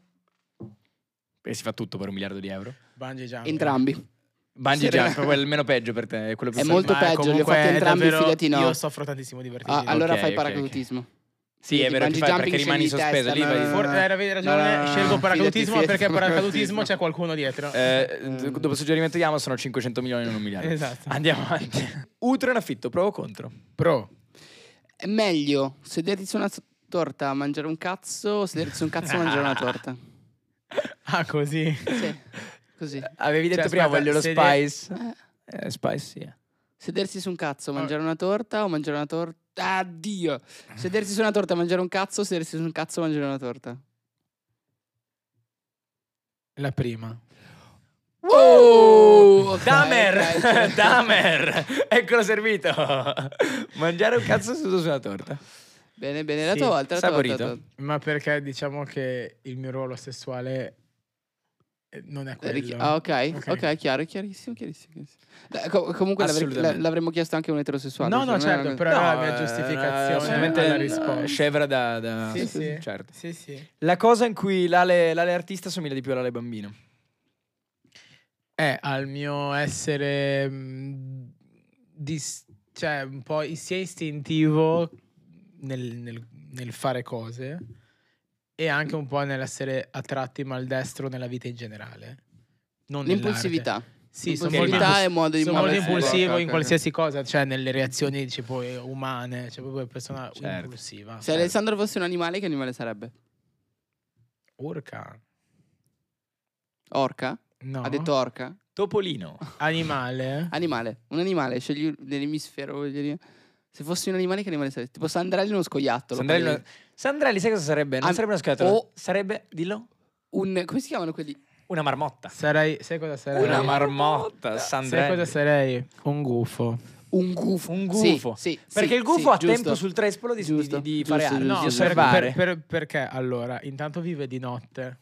Perché Eh, si fa tutto per un miliardo di euro. Bungee jumping. Entrambi. Bungee Sì, jump, raga. quello meno peggio per te. È quello più È semplice. molto Ma peggio, li ho comunque fatti è entrambi, davvero- fidati no. Io soffro tantissimo di vertigine. Ah, allora ok, fai ok, paracadutismo. Sì, è Quindi vero, ti bungee fai perché jumping rimani scegli di sospeso. Lì testa, vai- no, no, For- eh, avevi ragione, no, no, scelgo fidati, paracadutismo fidati, perché paracadutismo paracadutismo. c'è qualcuno dietro. Eh, Mm. dopo suggerimento di Amazon sono 500 milioni in un miliardo. Esatto. Andiamo avanti. Utero in affitto, pro o contro? Pro. È meglio sederti su una torta a mangiare un cazzo o sederti su un cazzo a mangiare una torta. Ah, così. Sì, così. Avevi detto Cioè, prima aspetta, voglio lo se- Spice. Eh, Eh, spice, sì. eh. Sedersi su un cazzo, mangiare una torta o mangiare una torta. Addio! Sedersi su una torta, mangiare un cazzo, o sedersi su un cazzo, mangiare una torta. La prima. Oh! Ok, ok, Damer! ok. Damer! Eccolo servito! Mangiare un cazzo seduto su una torta. Bene, bene, la Sì, tua volta. La tua volta, la tua saporito. volta. Ma perché diciamo che il mio ruolo sessuale eh, non è Eh, richi- quello. Ah, ok, Ok. ok, chiaro, chiarissimo, chiarissimo. chiarissimo. Eh, co- comunque l'avre- Assolutamente. la- l'avremmo chiesto anche a un eterosessuale. No, cioè, no, non è una certo, cosa- però era la eh, mia giustificazione assolutamente alla eh, risposta. Scevra da... da- Ah, Sì, sì. certo. Sì, sì. Eh. La cosa in cui l'ale, l'ale artista somiglia di più all'ale bambino. È Eh, al mio essere mh, dis- cioè un po' i- sia istintivo nel, nel- nel fare cose e anche un po' nell'essere a tratti maldestro nella vita in generale. Non nell'arte. L'impulsività. Sì, sono molto, Impulsività impuls- è modo di sono molto muoversi. impulsivo Ok, ok, in ok. qualsiasi cosa, cioè nelle reazioni tipo, eh, umane, cioè proprio persona Certo. impulsiva. Se Alessandro fosse un animale, che animale sarebbe? Urca. Orca? No. Ha detto orca? Topolino. animale. Animale, un animale, scegli nell'emisfero, voglio dire. Se fossi un animale, che animale saresti? Tipo Sandrelli uno scoiattolo. Sandrelli, quelli- Sandrelli, sai cosa sarebbe? Non Ah, sarebbe una scatola. o- Sarebbe, dillo, Un, come si chiamano quelli? una marmotta. Sarei, sai cosa sarei? Una marmotta, sai Sandrelli. cosa sarei? Un gufo. Un gufo. Un Sì, gufo. sì, Perché sì, il gufo sì, ha giusto. tempo sul trespolo di, di- Giusto, di giusto, fare arte, giusto, di giusto. osservare. per- per- perché allora, intanto vive di notte,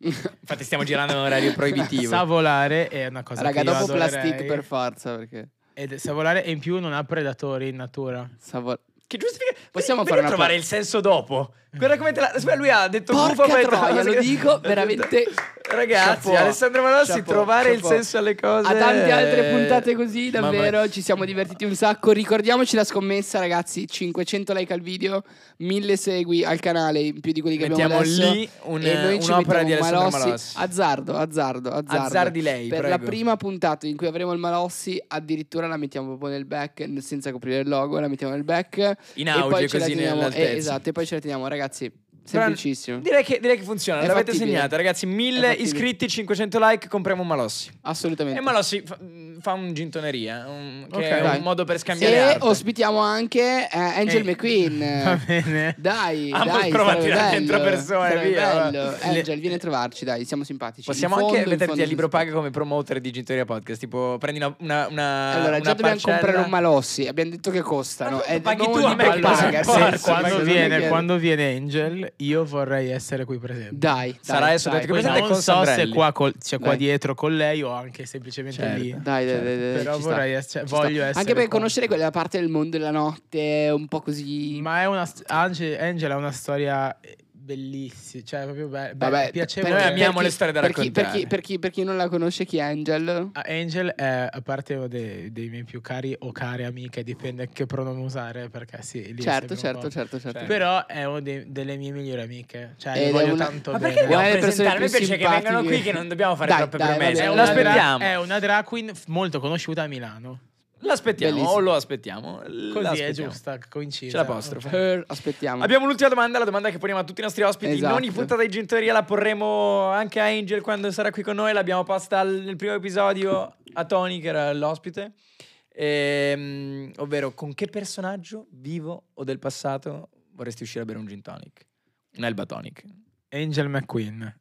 Infatti stiamo girando in orario proibitivo. sa volare è una cosa Raga, che io dopo adorerei. plastic per forza, perché... Ed sa volare e in più non ha predatori in natura. Savo- che giustifica? Possiamo perché fare una trovare pa- il senso dopo. Guarda come te la... Aspetta, lui ha detto Porca gufo poi- troia, lo dico veramente. Ragazzi, Chapeau, Alessandro Manossi, chapeau, trovare il chapeau. senso alle cose. A tante altre eh, puntate così, mamma mia. davvero, ci siamo divertiti un sacco. Ricordiamoci la scommessa, ragazzi, 500 like al video, 1000 segui al canale, in più di quelli che Mettiamo abbiamo adesso. lì un- e noi ci un'opera di mettiamo Alessandro Malossi. Malossi. Azzardo, azzardo, azzardo. Azzardi lei, per prego. la prima puntata in cui avremo il Malossi, addirittura la mettiamo proprio nel back, n- senza coprire il logo, la mettiamo nel back. in e poi auge ce la così teniamo. eh, nell'altezza. esatto, e poi ce la teniamo, ragazzi. Però Semplicissimo. Direi che, direi che funziona, È l'avete fattibile. segnata ragazzi, 1000 È fattibile. iscritti, 500 like, compriamo un Malossi. Assolutamente. E Malossi fa, fa un gintoneria, un, che Ok. è Dai. un modo per e scambiare arte. ospitiamo anche eh, Angel Eh, Va McQueen. bene. Dai, Ah, ma dai, prova a sarebbe tirare bello, dentro persone, sarebbe via, va. bello. Le- Angel, vieni a trovarci, dai, siamo simpatici. Possiamo In anche fondo, in metterti fondo a libro siamo paga come promoter di Gintoria Podcast, tipo prendi una, una, una Allora, una già dobbiamo parcella. comprare un Malossi. Abbiamo detto che costano. Ma Eh, paghi non tu a li me che paga, sono sì, pazzo, sì, se, sì, ma quando, non li viene, chiede. quando viene Angel, io vorrei essere qui presente. Dai, dai, Sarà adesso dai, detto Poi Che presente non con so Sandrelli. se qua col- c'è qua Dai. dietro con lei o anche semplicemente Certo. lì. Dai, dai, dai, dai, Cioè, Però ci sta, vorrei essere, ci sta. voglio essere Anche per qua. conoscere quella parte del mondo della notte, un po' così. Ma è una st- Ange- Angela ha una storia eh, bellissimi, cioè proprio be- be- Vabbè, piacevole. Noi per- amiamo per le chi- storie da per chi- per chi- raccontare. per, chi, per chi non la conosce, chi è Angel? eh. Ah, Angel è, a parte uno dei, dei miei più cari o care amiche, dipende che pronomo usare, perché sì, lì è sempre certo, un certo, po'. certo, certo. Cioè, Però è una delle mie migliori amiche, cioè Ed le è voglio una- tanto Ma bene. perché dobbiamo Guarda, le persone presentarle? più Invece che simpatiche. vengano qui che non dobbiamo fare Dai, troppe dai, promesse. vabbè, eh, È Lo una vabbè. aspettiamo. Drag, è una drag queen f- molto conosciuta a Milano. L'aspettiamo Bellissimo. o lo aspettiamo. Così è l'aspettiamo. giusta, coincide. C'è l'apostrofe. Her, aspettiamo. Abbiamo l'ultima domanda, la domanda che poniamo a tutti i nostri ospiti. Esatto. In ogni puntata di Gentoria la porremo anche a Angel quando sarà qui con noi. L'abbiamo posta al- nel primo episodio a Tony, che era l'ospite. Ehm, ovvero, con che personaggio vivo o del passato vorresti uscire a bere un gin tonic? Un Elba Tonic. Angel McQueen.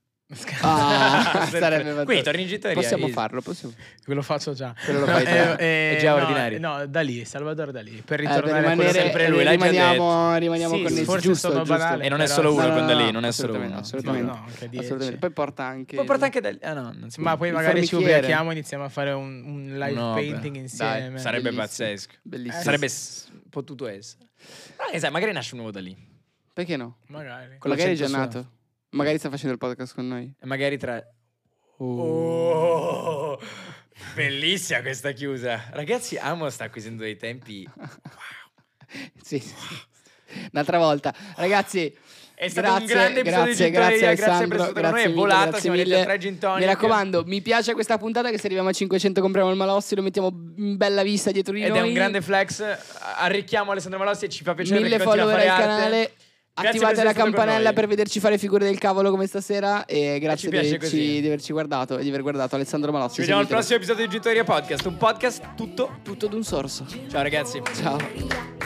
Ah, Sempre. sarebbe Qui fantastico. torni in Gentoria. Possiamo easy. farlo, possiamo. Ve lo faccio già. Quello lo No, fai te. eh, eh, È già no, ordinario. No, da lì, Salvador da lì. Per Eh, per ritornare a quello rimanere- eh, sempre lui. l'hai già rimaniamo, rimaniamo Sì, connessi, forse giusto, sono giusto. banale. E non è Però- solo uno, No, no, quello no, lì, non è solo assolutamente, uno. assolutamente. No, no, anche dieci. Assolutamente. Poi porta anche Può portare anche del... Ah no, non si può. Ma poi Il magari ci formichiere. ubriachiamo e iniziamo a fare un, un live No, beh. painting insieme. Dai, Sarebbe Bellissimo. pazzesco. Bellissimo. Eh, Sarebbe s- potuto essere. Ma che sai, esatto, magari nasce un uomo da lì. Perché no? Magari. Con Magari è già l'accento nato. Magari sta facendo il podcast con noi. E magari tra... Uh. Oh, bellissima questa chiusa. Ragazzi, Amo sta acquisendo dei tempi. Sì, sì, sì. Un'altra volta. Ragazzi, È stato grazie, un grande episodio grazie, di Gintoria. grazie, Grazie, grazie per Alessandro, essere stato con grazie noi. È mille, volata, grazie siamo arrivati a mille. tre gin tonic. mi raccomando, mi piace questa puntata che se arriviamo a 500 compriamo il Malossi, lo mettiamo in bella vista dietro di Ed noi. è un grande flex. Arricchiamo Alessandro Malossi e ci fa piacere Mille perché continua a follower fare al arte. canale. Grazie per Attivate essere la stato con campanella noi. per vederci fare figure del cavolo come stasera e grazie ci di piace così. averci, di averci guardato e di aver guardato Alessandro Malossi. Ci vediamo al Seguitelo. prossimo episodio di Gintoria Podcast. Un podcast tutto. Tutto d'un sorso. Ciao ragazzi. Ciao. Maria.